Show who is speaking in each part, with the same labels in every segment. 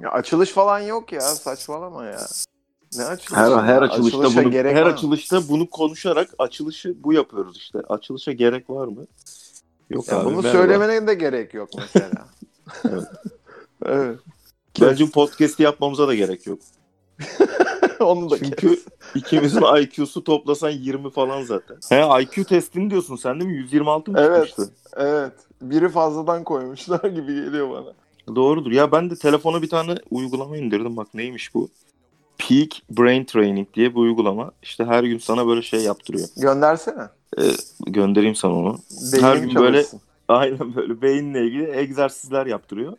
Speaker 1: Ya açılış falan yok ya saçmalama ya. Ne açılış?
Speaker 2: Her her açılışta
Speaker 1: Açılışa
Speaker 2: bunu
Speaker 1: gerek
Speaker 2: her
Speaker 1: var mı?
Speaker 2: açılışta bunu konuşarak açılışı bu yapıyoruz işte. Açılışa gerek var mı? Yok
Speaker 1: Ya
Speaker 2: abi.
Speaker 1: bunu
Speaker 2: merhaba.
Speaker 1: söylemene de gerek yok mesela.
Speaker 2: Evet.
Speaker 1: evet.
Speaker 2: Bence bu podcast'i yapmamıza da gerek yok.
Speaker 1: Onu da
Speaker 2: Çünkü ikimizin IQ'su toplasan 20 falan zaten. He IQ testini diyorsun sen değil mi? 126 mı
Speaker 1: Evet.
Speaker 2: çıkmıştı?
Speaker 1: Evet. Biri fazladan koymuşlar gibi geliyor bana.
Speaker 2: Doğrudur. Ya ben de telefona bir tane uygulama indirdim. Bak neymiş bu? Peak Brain Training diye bir uygulama. İşte her gün sana böyle şey yaptırıyor.
Speaker 1: Göndersene.
Speaker 2: Göndereyim sana onu.
Speaker 1: Beynin
Speaker 2: Her gün böyle-
Speaker 1: çalışsın.
Speaker 2: Aynen böyle beyinle ilgili egzersizler yaptırıyor.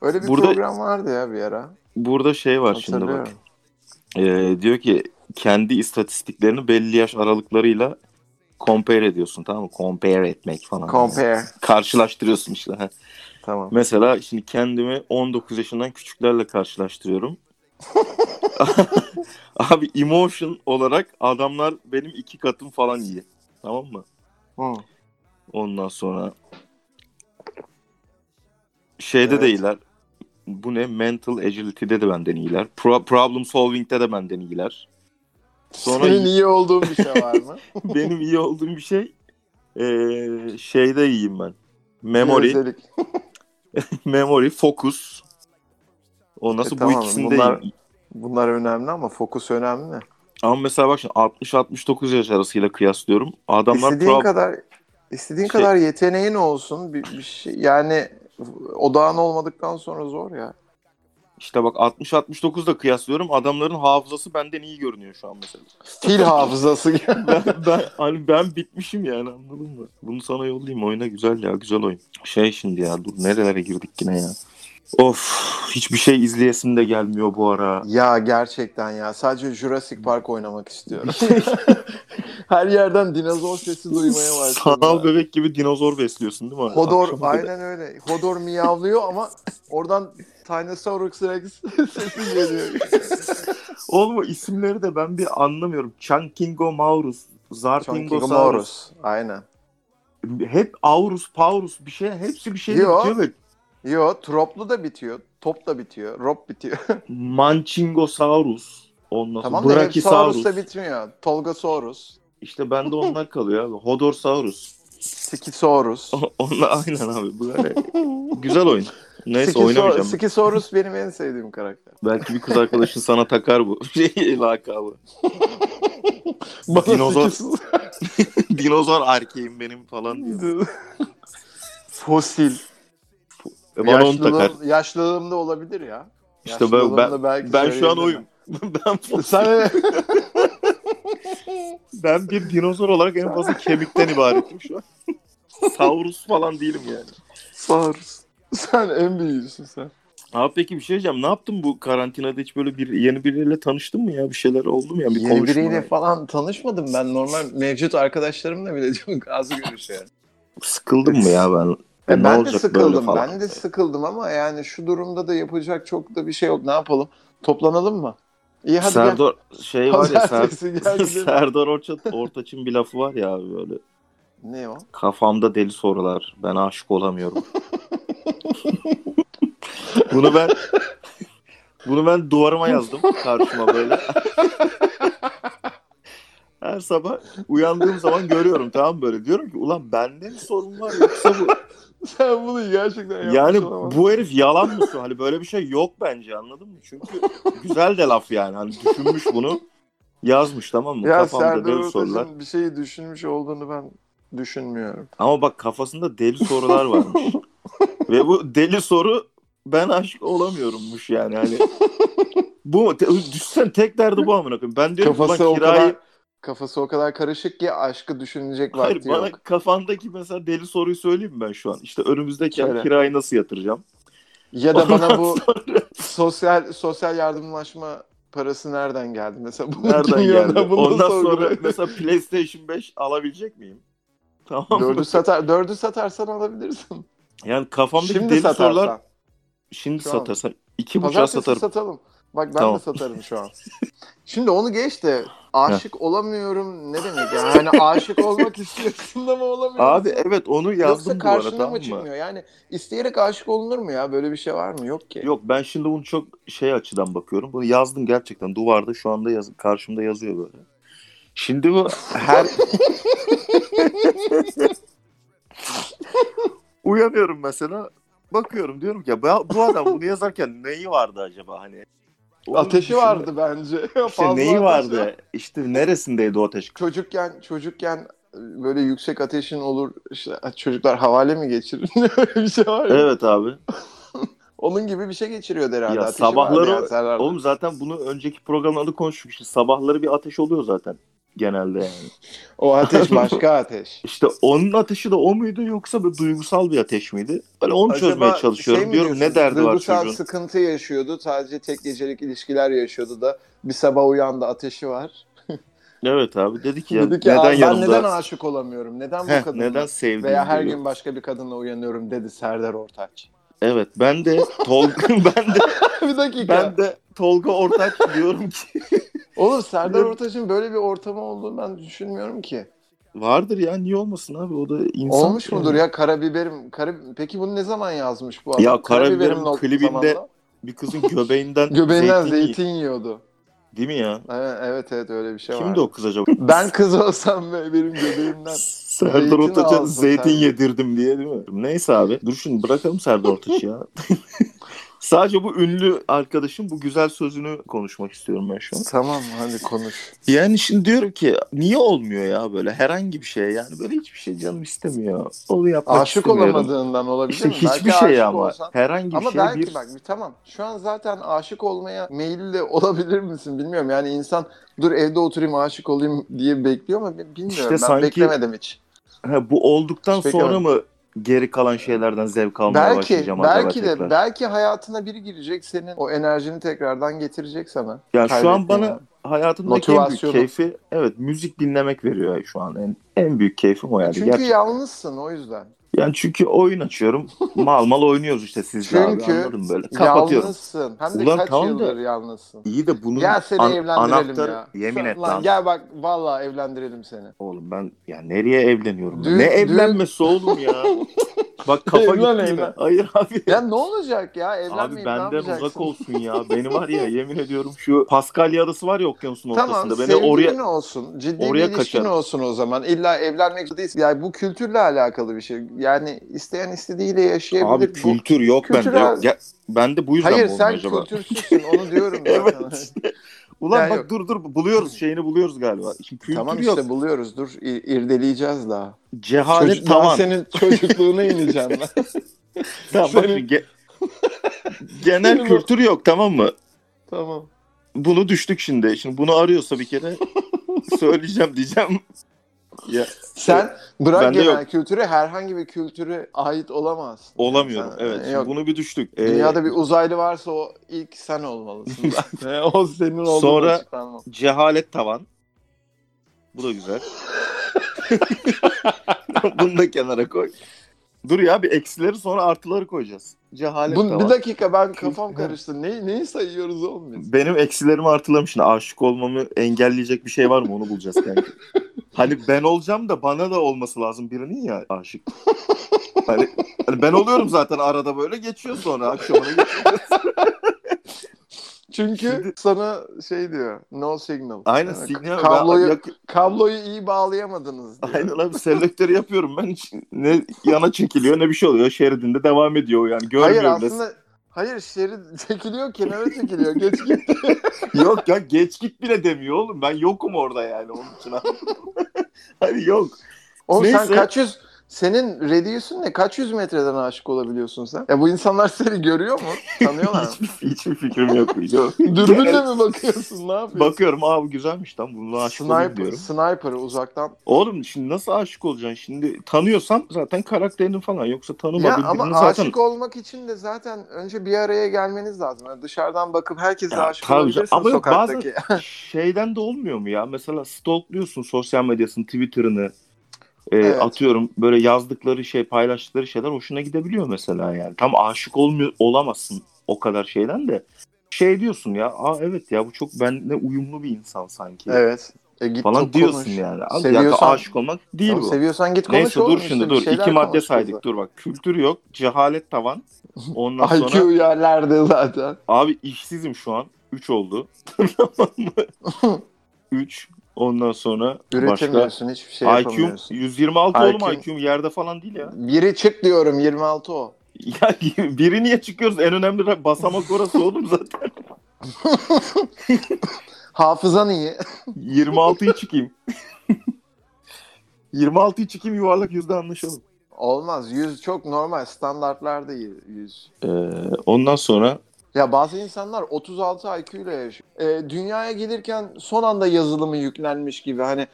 Speaker 1: Öyle bir
Speaker 2: Burada-
Speaker 1: program vardı ya bir ara.
Speaker 2: Burada şey var şimdi bak.
Speaker 1: Hatırlıyorum.
Speaker 2: Ee, diyor ki kendi istatistiklerini belli yaş aralıklarıyla compare ediyorsun tamam mı? Compare etmek falan. Yani
Speaker 1: Compare.
Speaker 2: Karşılaştırıyorsun işte. ha.
Speaker 1: Tamam.
Speaker 2: Mesela şimdi kendimi 19 yaşından küçüklerle karşılaştırıyorum. Abi emotion olarak adamlar benim iki katım falan iyi. Tamam mı?
Speaker 1: Hı.
Speaker 2: Ondan sonra şeyde
Speaker 1: Evet.
Speaker 2: de iyiler. Bu ne? Mental agility'de de benden iyiler. Pro- problem solving'de de benden iyiler. Sonra
Speaker 1: Senin iyi olduğun bir şey var mı?
Speaker 2: benim iyi olduğum bir şey eee, şeyde iyiyim ben. Memory,
Speaker 1: Bir özellik.
Speaker 2: memory, focus. O nasıl
Speaker 1: E,
Speaker 2: bu
Speaker 1: tamam,
Speaker 2: ikisinde
Speaker 1: bunlar-
Speaker 2: iyiyim.
Speaker 1: Bunlar önemli ama fokus önemli.
Speaker 2: Ama mesela bak şimdi 60-69 yaş arasıyla kıyaslıyorum. Adamlar
Speaker 1: istediğin
Speaker 2: prob-
Speaker 1: kadar istediğin
Speaker 2: Şey-
Speaker 1: kadar yeteneğin olsun bir, bir şey yani odağın olmadıktan sonra zor ya.
Speaker 2: işte bak 60-69'da kıyaslıyorum. Adamların hafızası benden iyi görünüyor şu an mesela.
Speaker 1: Fil hafızası gibi.
Speaker 2: ben, ben, hani ben bitmişim yani anladın mı? Bunu sana yollayayım oyuna güzel ya güzel oyun. Şey şimdi ya dur nerelere girdik yine ya. Of hiçbir şey izleyesim de gelmiyor bu ara.
Speaker 1: ya gerçekten ya sadece Jurassic Park oynamak istiyorum. Her yerden dinozor sesi duymaya
Speaker 2: Sanal
Speaker 1: başladım. ya.
Speaker 2: bebek gibi dinozor besliyorsun değil mi?
Speaker 1: Hodor
Speaker 2: Akşama kadar.
Speaker 1: aynen öyle. Hodor miyavlıyor ama oradan Tyrannosaurus Rex sesi geliyor.
Speaker 2: Oğlum o isimleri de ben bir anlamıyorum. Chankingo Maurus, Zartingo Saurus.
Speaker 1: Chonkigosaurus. Aynen.
Speaker 2: Hep Aurus, Paurus bir şey. Hepsi bir şeyle
Speaker 1: Yo.
Speaker 2: bitiyor ve
Speaker 1: Yo troplu da bitiyor. Top da bitiyor. Rop bitiyor.
Speaker 2: Manchingosaurus. Ondan sonra
Speaker 1: Tamam da hep
Speaker 2: Brachiosaurus.
Speaker 1: Saurus da bitmiyor. Tolgasaurus,
Speaker 2: İşte bende onlar kalıyor abi. Hodorsaurus.
Speaker 1: Sikisaurus.
Speaker 2: O- Onunla aynen abi. Böyle güzel oyun. Neyse
Speaker 1: Sikiso-
Speaker 2: oynamayacağım.
Speaker 1: Sikisaurus benim en sevdiğim karakter.
Speaker 2: Belki bir kız arkadaşın sana takar bu şey lakabı.
Speaker 1: Bana
Speaker 2: Dinozor.
Speaker 1: Sikis-
Speaker 2: Dinozor erkeğim benim falan diyor.
Speaker 1: Fosil.
Speaker 2: E, Bana onu takar.
Speaker 1: Yaşlılığım, yaşlılığımda olabilir ya.
Speaker 2: İşte ben, ben,
Speaker 1: Yaşlılığımda belki şey
Speaker 2: ben şu an oyum.
Speaker 1: söyleyebilirim.
Speaker 2: ben,
Speaker 1: Sen
Speaker 2: ben bir dinozor olarak en fazla kemikten ibaretim şu an. Saurus falan değilim yani.
Speaker 1: Saurus. Sen en büyüğüsün sen.
Speaker 2: Abi peki bir şey diyeceğim. Ne yaptın bu karantinada hiç böyle bir yeni biriyle tanıştın mı ya? Bir şeyler oldu mu ya? Bir
Speaker 1: Yeni
Speaker 2: konuşma.
Speaker 1: biriyle falan tanışmadım ben. Normal mevcut arkadaşlarımla bile çok az görüşüyorum.
Speaker 2: Sıkıldın mı ya ben?
Speaker 1: E, ben
Speaker 2: Ne
Speaker 1: de
Speaker 2: olacak böyle
Speaker 1: sıkıldım.
Speaker 2: falan?
Speaker 1: Ben de sıkıldım ama yani şu durumda da yapacak çok da bir şey yok. Ne yapalım? Toplanalım mı? İyi hadi gel.
Speaker 2: Serdar şey var ya Ser-
Speaker 1: Pazartesi geldi.
Speaker 2: Serdar Orça- Ortaç'ın bir lafı var ya abi böyle.
Speaker 1: ne o?
Speaker 2: Kafamda deli sorular. Ben aşık olamıyorum. bunu ben bunu ben duvarıma yazdım karşıma böyle. Her sabah uyandığım zaman görüyorum tamam mı? böyle diyorum ki ulan bende mi sorun var yoksa bu
Speaker 1: Sen bunu gerçekten yapmış
Speaker 2: yani
Speaker 1: olamazsın.
Speaker 2: bu herif yalan mı söylüyor? Hani böyle bir şey yok bence anladın mı? Çünkü güzel de laf yani. Hani düşünmüş bunu. Yazmış tamam mı?
Speaker 1: ya
Speaker 2: Kafamda
Speaker 1: Serdar
Speaker 2: deli sorular.
Speaker 1: Ortaç'ın bir şeyi düşünmüş olduğunu ben düşünmüyorum.
Speaker 2: Ama bak kafasında deli sorular varmış. Ve bu deli soru ben aşık olamıyorummuş yani. Hani bu mu? Te- Düşünsene tek derdi bu amına koyayım. Ben diyorum
Speaker 1: Kafası
Speaker 2: ulan
Speaker 1: o
Speaker 2: kirayı
Speaker 1: kadar kafası o kadar karışık ki aşkı düşünecek vakti
Speaker 2: Hayır, bana
Speaker 1: yok.
Speaker 2: kafandaki mesela deli soruyu söyleyeyim mi ben şu an? İşte önümüzdeki ay
Speaker 1: Söyle.
Speaker 2: kirayı nasıl yatıracağım?
Speaker 1: Ya da bana
Speaker 2: Ondan
Speaker 1: bu sosyal sosyal yardımlaşma parası nereden geldi mesela? Bu
Speaker 2: Nereden
Speaker 1: dünyadan
Speaker 2: geldi?
Speaker 1: bunu
Speaker 2: Ondan sonra
Speaker 1: sorguluyor.
Speaker 2: mesela PlayStation 5 alabilecek miyim? Tamam. mı?
Speaker 1: Dördü satar, dördü satarsan alabilirsin.
Speaker 2: Yani kafamdaki
Speaker 1: Şimdi
Speaker 2: deli
Speaker 1: satarsan.
Speaker 2: sorular şimdi
Speaker 1: Şu an.
Speaker 2: satarsan iki buçuğa
Speaker 1: Pazartesi
Speaker 2: satarım.
Speaker 1: satalım. Bak ben
Speaker 2: Tamam.
Speaker 1: de satarım şu an. Şimdi onu geç de aşık olamıyorum ne demek ya? Yani aşık olmak istiyorsun ama olamıyorsun.
Speaker 2: Abi evet onu yazdım
Speaker 1: Yoksa
Speaker 2: bu arada
Speaker 1: karşına
Speaker 2: tamam
Speaker 1: mı
Speaker 2: mı?
Speaker 1: çıkmıyor? Yani isteyerek aşık olunur mu ya? Böyle bir şey var mı? Yok ki.
Speaker 2: Yok ben şimdi bunu çok şey açıdan bakıyorum. Bunu yazdım gerçekten duvarda şu anda yaz- karşımda yazıyor böyle. Şimdi bu her... Uyanıyorum mesela bakıyorum diyorum ki ya bu bu adam bunu yazarken neyi vardı acaba hani? Onun
Speaker 1: Ateşi
Speaker 2: dışında-
Speaker 1: vardı bence. Fazla
Speaker 2: İşte neyi
Speaker 1: ateşi.
Speaker 2: vardı? İşte neresindeydi o ateş?
Speaker 1: Çocukken çocukken e, böyle yüksek ateşin olur. işte çocuklar havale mi geçirir? Öyle bir şey var ya.
Speaker 2: Evet abi.
Speaker 1: Onun gibi bir şey geçiriyordu herhalde.
Speaker 2: Ya
Speaker 1: Ateşi
Speaker 2: sabahları-
Speaker 1: vardı ya Serdar'da.
Speaker 2: Oğlum zaten bunu önceki programda da konuştuk. İşte sabahları bir ateş oluyor zaten genelde yani.
Speaker 1: O ateş başka ateş.
Speaker 2: İşte onun ateşi de o muydu yoksa böyle duygusal bir ateş miydi? Böyle onu çözmeye
Speaker 1: Acaba
Speaker 2: çalışıyorum.
Speaker 1: şey mi
Speaker 2: Diyorum ne
Speaker 1: diyorsun,
Speaker 2: derdi var
Speaker 1: duygusal
Speaker 2: çocuğun?
Speaker 1: sıkıntı yaşıyordu. Sadece tek gecelik ilişkiler yaşıyordu da bir sabah uyandı ateşi var.
Speaker 2: Evet abi dedi ki, ya,
Speaker 1: Dedi ki
Speaker 2: neden
Speaker 1: "Aa, ben
Speaker 2: yanımda?
Speaker 1: neden aşık olamıyorum? Neden bu
Speaker 2: Heh,
Speaker 1: kadın?
Speaker 2: neden sevdiğim
Speaker 1: Veya her
Speaker 2: diyor.
Speaker 1: gün başka bir kadınla uyanıyorum dedi Serdar Ortaç.
Speaker 2: Evet ben de Tolga ben de
Speaker 1: bir dakika.
Speaker 2: ben de Tolga Ortaç diyorum ki
Speaker 1: Oğlum Serdar
Speaker 2: Yok.
Speaker 1: Ortaç'ın böyle bir ortamı olduğunu ben düşünmüyorum ki.
Speaker 2: vardır ya niye olmasın abi o da insan.
Speaker 1: Olmuş mudur ya Karabiberim? Karab... Peki bunu ne zaman yazmış bu adam?
Speaker 2: Ya Karabiberim
Speaker 1: nokta
Speaker 2: klibinde
Speaker 1: zamanında
Speaker 2: Bir kızın göbeğinden
Speaker 1: göbeğinden
Speaker 2: zeytin
Speaker 1: zeytin,
Speaker 2: yiyor.
Speaker 1: yiyordu.
Speaker 2: Değil mi ya?
Speaker 1: Evet evet, evet öyle bir şey var.
Speaker 2: Kimdi o kız acaba?
Speaker 1: Ben kız olsam ve benim göbeğimden Zeytin
Speaker 2: Serdar Ortaç'a
Speaker 1: alsın sen.
Speaker 2: zeytin yedirdim diye değil mi? Neyse abi. Dur şimdi bırakalım Serdar Ortaç'ı ya. Sadece bu ünlü arkadaşın bu güzel sözünü konuşmak istiyorum ben şu an.
Speaker 1: Tamam hadi konuş.
Speaker 2: Yani şimdi diyorum ki niye olmuyor ya böyle herhangi bir şey yani böyle hiçbir şey canım istemiyor. Onu yapmak
Speaker 1: Aşık
Speaker 2: istemiyorum.
Speaker 1: olamadığından olabilir
Speaker 2: İşte
Speaker 1: mi?
Speaker 2: hiçbir
Speaker 1: Belki
Speaker 2: şey
Speaker 1: aşık
Speaker 2: ama
Speaker 1: olsan-
Speaker 2: herhangi bir
Speaker 1: Ama
Speaker 2: şey
Speaker 1: belki
Speaker 2: bir
Speaker 1: bak bir- tamam şu an zaten aşık olmaya meyilli olabilir misin bilmiyorum. Yani insan dur evde oturayım aşık olayım diye bekliyor ama bi- bilmiyorum
Speaker 2: İşte
Speaker 1: ben
Speaker 2: sanki
Speaker 1: beklemedim hiç.
Speaker 2: Ha, bu olduktan
Speaker 1: Hiç beklemedim.
Speaker 2: sonra mı geri kalan şeylerden zevk almaya
Speaker 1: Belki
Speaker 2: başlayacağım acaba
Speaker 1: belki de
Speaker 2: tekrar?
Speaker 1: belki hayatına biri girecek senin o enerjini tekrardan getirecek sana.
Speaker 2: Yani şu an
Speaker 1: Kaybettiğin
Speaker 2: bana hayatımdaki en büyük
Speaker 1: Motivasyonu.
Speaker 2: keyfi evet müzik dinlemek veriyor ya şu an en en büyük keyfim o yani.
Speaker 1: Çünkü
Speaker 2: gerçekten.
Speaker 1: yalnızsın o yüzden.
Speaker 2: Yani çünkü oyun açıyorum. mal mal oynuyoruz işte siz de abi
Speaker 1: Çünkü
Speaker 2: anladın böyle. E, Kapatıyorum.
Speaker 1: Yalnızsın. Hem de
Speaker 2: Ulan
Speaker 1: kaç
Speaker 2: tamam da-
Speaker 1: yıldır yalnızsın.
Speaker 2: İyi de bunun
Speaker 1: Gel seni
Speaker 2: an-
Speaker 1: evlendirelim
Speaker 2: anahtarı
Speaker 1: ya.
Speaker 2: yemin
Speaker 1: Sen-
Speaker 2: et
Speaker 1: lan.
Speaker 2: lan.
Speaker 1: Gel bak vallahi evlendirelim seni.
Speaker 2: Oğlum ben ya nereye evleniyorum? ben?
Speaker 1: Dün-
Speaker 2: ne
Speaker 1: dün-
Speaker 2: evlenmesi oğlum ya? Bak kafa
Speaker 1: Evlen,
Speaker 2: gitti yine.
Speaker 1: evlen.
Speaker 2: Hayır abi.
Speaker 1: Ya ne olacak ya?
Speaker 2: Abi
Speaker 1: Evlenmeyip ne
Speaker 2: benden
Speaker 1: yapacaksın?
Speaker 2: uzak olsun ya. Beni var ya yemin ediyorum şu Paskalya adası var ya okyanusun
Speaker 1: Tamam
Speaker 2: ortasında. Beni
Speaker 1: sevgilin
Speaker 2: oraya
Speaker 1: olsun. Ciddi
Speaker 2: oraya
Speaker 1: bir ilişkin
Speaker 2: kaçarım.
Speaker 1: olsun o zaman. İlla evlenmek değil. Yani bu kültürle alakalı bir şey. Yani isteyen istediğiyle yaşayabilir.
Speaker 2: Abi
Speaker 1: bu...
Speaker 2: kültür yok
Speaker 1: kültür
Speaker 2: bende.
Speaker 1: abi.
Speaker 2: Ya, ben de bu yüzden
Speaker 1: Hayır
Speaker 2: mi olmuyor
Speaker 1: sen
Speaker 2: acaba?
Speaker 1: kültürsüzsün onu diyorum ya.
Speaker 2: Evet. Ulan
Speaker 1: Ya
Speaker 2: bak
Speaker 1: yok.
Speaker 2: dur dur buluyoruz şeyini buluyoruz galiba. Şimdi kültür
Speaker 1: tamam
Speaker 2: yok.
Speaker 1: işte buluyoruz. Dur i- irdeleyeceğiz daha.
Speaker 2: Cehalet
Speaker 1: Çocuk-
Speaker 2: tavan.
Speaker 1: Ben senin çocukluğuna ineceğim ben.
Speaker 2: Tamam bak
Speaker 1: Senin-
Speaker 2: şimdi ge- genel
Speaker 1: Senin o-
Speaker 2: kültür yok tamam mı?
Speaker 1: tamam.
Speaker 2: Bunu düştük şimdi. Şimdi bunu arıyorsa bir kere söyleyeceğim diyeceğim. Ya
Speaker 1: Sen bırak
Speaker 2: Bende
Speaker 1: genel
Speaker 2: yok.
Speaker 1: kültürü herhangi bir kültüre ait olamazsın.
Speaker 2: olamıyorum.
Speaker 1: Sen-
Speaker 2: Evet. şimdi
Speaker 1: Yok.
Speaker 2: Bunu bir düştük. Ee,
Speaker 1: Dünyada bir uzaylı varsa o ilk sen olmalısın. zaten. o senin olduğun
Speaker 2: Sonra-
Speaker 1: açıklanmaz.
Speaker 2: cehalet tavan. Bu da güzel. Bunu da kenara koy. Dur ya bir eksileri sonra artıları koyacağız. Cehalet
Speaker 1: Bu-
Speaker 2: tavan.
Speaker 1: bir dakika ben kafam karıştı. Ne, neyi sayıyoruz oğlum biz?
Speaker 2: Benim eksilerimi artılamış. Şimdi aşık olmamı engelleyecek bir şey var mı onu bulacağız kanka. hani ben olacağım da bana da olması lazım birinin ya aşık. Hani, hani ben oluyorum zaten arada böyle geçiyor sonra akşamına geçiyor.
Speaker 1: Çünkü
Speaker 2: Şimdi-
Speaker 1: sana şey diyor. No signal.
Speaker 2: Aynen
Speaker 1: Yani
Speaker 2: sinyal. ben-
Speaker 1: Kabloyu,
Speaker 2: yak-
Speaker 1: kabloyu iyi bağlayamadınız diyor.
Speaker 2: aynen abi selektörü yapıyorum ben. Ne yana çekiliyor ne bir şey oluyor. Şeridinde devam ediyor yani.
Speaker 1: Hayır
Speaker 2: Görmüyorum da.
Speaker 1: aslında Hayır şerit çekiliyor kenara çekiliyor geç git.
Speaker 2: Yok ya geç git bile demiyor oğlum. Ben yokum orada yani onun için. abi. hani yok.
Speaker 1: Oğlum sen
Speaker 2: Neyse.
Speaker 1: kaç yüz senin radius'un ne? Kaç yüz metreden aşık olabiliyorsun sen? Ya bu insanlar seni görüyor mu? Tanıyorlar mı?
Speaker 2: Hiçbir, hiçbir fikrim yok. yok.
Speaker 1: Dürbünle mi bakıyorsun? Ne yapıyorsun?
Speaker 2: Bakıyorum abi güzelmiş lan bununla aşık olayım
Speaker 1: Sniper,
Speaker 2: diyorum.
Speaker 1: sniper uzaktan.
Speaker 2: Oğlum şimdi nasıl aşık olacaksın? Şimdi tanıyorsam zaten karakterini falan yoksa
Speaker 1: Ya
Speaker 2: tanımadığın birini
Speaker 1: ama
Speaker 2: zaten...
Speaker 1: aşık olmak için de zaten önce bir araya gelmeniz lazım. Yani dışarıdan bakıp herkese
Speaker 2: Ya
Speaker 1: aşık
Speaker 2: tabii
Speaker 1: olabilirsin
Speaker 2: canım. Ama yok,
Speaker 1: sokaktaki.
Speaker 2: Şeyden de olmuyor mu ya? Mesela stalkluyorsun sosyal medyasını, Twitter'ını. e,
Speaker 1: Evet.
Speaker 2: Atıyorum böyle yazdıkları şey, paylaştıkları şeyler hoşuna gidebiliyor mesela yani. Tam aşık olmuyor, olamazsın o kadar şeyden de. şey diyorsun ya. Aa evet ya bu çok benle uyumlu bir insan sanki.
Speaker 1: Evet. E git
Speaker 2: Falan
Speaker 1: çok
Speaker 2: diyorsun
Speaker 1: konuş.
Speaker 2: yani. Abi ya da
Speaker 1: Seviyorsan-
Speaker 2: aşık olmak değil
Speaker 1: Tamam,
Speaker 2: bu.
Speaker 1: Seviyorsan git konuş
Speaker 2: Neyse dur
Speaker 1: oğlum
Speaker 2: şimdi
Speaker 1: işte,
Speaker 2: dur.
Speaker 1: bir şeyler
Speaker 2: İki madde
Speaker 1: konuş
Speaker 2: saydık
Speaker 1: kızla.
Speaker 2: dur bak. Kültür yok, cehalet tavan. Ondan
Speaker 1: IQ
Speaker 2: sonra
Speaker 1: yerlerde zaten.
Speaker 2: abi işsizim şu an. 3 oldu. 3 ondan sonra başka
Speaker 1: Üretemiyorsun hiçbir şey
Speaker 2: IQ'm
Speaker 1: yapamıyorsun.
Speaker 2: 126 oğlum
Speaker 1: IQ'm
Speaker 2: IQ'm yerde falan değil ya.
Speaker 1: Biri çık diyorum 26 o.
Speaker 2: Ya biri niye çıkıyoruz? En önemli ra- basamak orası oğlum zaten.
Speaker 1: Hafızan iyi.
Speaker 2: 26'yı çıkayım. 26'yı çıkayım yuvarlak yüzde anlaşalım.
Speaker 1: Olmaz. 100 çok normal. Standartlarda iyi 100.
Speaker 2: Ee, ondan sonra
Speaker 1: Ya bazı insanlar 36 IQ ile yaşıyor. Ee, dünyaya gelirken son anda yazılımı yüklenmiş gibi hani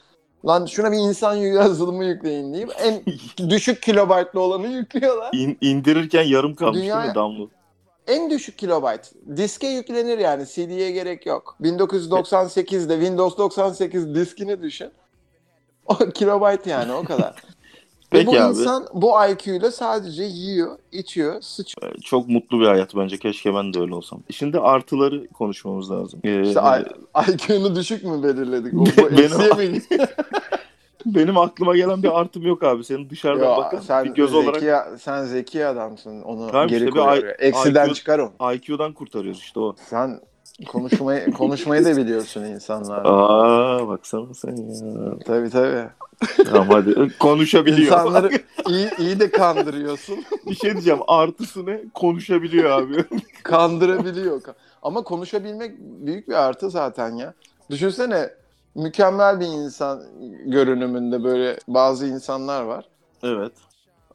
Speaker 1: lan şuna bir insan yazılımı yükleyin deyip en düşük kilobaytlı olanı yüklüyorlar.
Speaker 2: in- indirirken yarım kalmış değil mi
Speaker 1: Dünya-
Speaker 2: Damlu?
Speaker 1: En düşük kilobayt. Diske yüklenir yani. CD'ye gerek yok. 1998'de Windows 98 diskini düşün. O kilobayt yani o kadar. Ve
Speaker 2: Peki
Speaker 1: bu
Speaker 2: abi.
Speaker 1: insan bu IQ ile sadece yiyor, içiyor, sıçıyor.
Speaker 2: Çok mutlu bir hayat bence. Keşke ben de öyle olsam. Şimdi artıları konuşmamız lazım. Ee,
Speaker 1: İşte IQ'nu düşük mü belirledik? O, bu
Speaker 2: Benim-
Speaker 1: eksiye mi gitti?
Speaker 2: benim aklıma gelen bir artım yok abi. Senin dışarıdan
Speaker 1: Yo,
Speaker 2: bakan
Speaker 1: sen
Speaker 2: bir göz
Speaker 1: zeki,
Speaker 2: olarak
Speaker 1: sen zeki adamsın. Onu
Speaker 2: Tamam
Speaker 1: geri
Speaker 2: işte bir
Speaker 1: koyuyor. Eksiden
Speaker 2: IQ
Speaker 1: çıkar onu.
Speaker 2: IQ'dan kurtarıyoruz işte o.
Speaker 1: Sen konuşmayı konuşmayı da biliyorsun insanlar.
Speaker 2: Aa baksana sen ya.
Speaker 1: tabii tabii.
Speaker 2: Tamam hadi konuşabiliyor.
Speaker 1: İnsanları iyi, iyi de kandırıyorsun.
Speaker 2: bir şey diyeceğim. Artısı ne? Konuşabiliyor abi.
Speaker 1: Kandırabiliyor. Ama konuşabilmek büyük bir artı zaten ya. Düşünsene mükemmel bir insan görünümünde böyle bazı insanlar var.
Speaker 2: evet.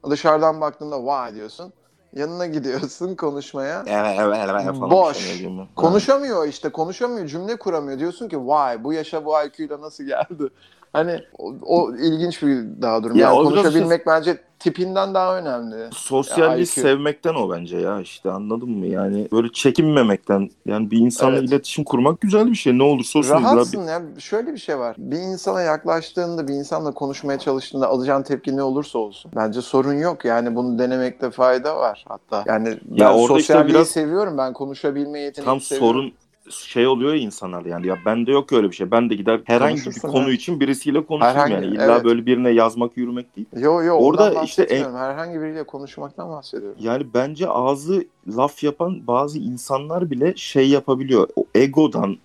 Speaker 1: Dışarıdan baktığında vay diyorsun. Yanına gidiyorsun konuşmaya.
Speaker 2: falan
Speaker 1: Boş.
Speaker 2: bir şey diyeyim mi?
Speaker 1: Konuşamıyor işte konuşamıyor cümle kuramıyor. Diyorsun ki vay bu yaşa bu IQ'yla nasıl geldi? Hani o, o ilginç bir daha durum.
Speaker 2: Ya
Speaker 1: yani
Speaker 2: o biraz
Speaker 1: konuşabilmek bence tipinden daha önemli.
Speaker 2: Sosyalliği
Speaker 1: IQ.
Speaker 2: sevmekten o bence ya işte anladın mı? Yani böyle çekinmemekten yani bir insanla
Speaker 1: Evet.
Speaker 2: iletişim kurmak güzel bir şey. Ne olursa olsun.
Speaker 1: Rahatsın ya. Şöyle bir şey var. Bir insana yaklaştığında, bir insanla konuşmaya çalıştığında alacağın tepki ne olursa olsun. Bence sorun yok. Yani bunu denemekte fayda var hatta. Yani ben
Speaker 2: orada işte
Speaker 1: sosyalliği
Speaker 2: biraz-
Speaker 1: seviyorum. Ben konuşabilme yeteneği
Speaker 2: Tam
Speaker 1: seviyorum.
Speaker 2: sorun şey oluyor ya insanlar yani ya bende yok öyle bir şey. Ben de gider herhangi bir
Speaker 1: Konuşursun,
Speaker 2: konu
Speaker 1: evet.
Speaker 2: için birisiyle konuşurum
Speaker 1: Herhangi,
Speaker 2: yani. İlla
Speaker 1: evet.
Speaker 2: böyle birine yazmak yürümek değil.
Speaker 1: Yo yo
Speaker 2: Orada
Speaker 1: Orada
Speaker 2: işte
Speaker 1: işte herhangi biriyle konuşmaktan bahsediyorum.
Speaker 2: Yani bence ağzı laf yapan bazı insanlar bile şey yapabiliyor. O egodan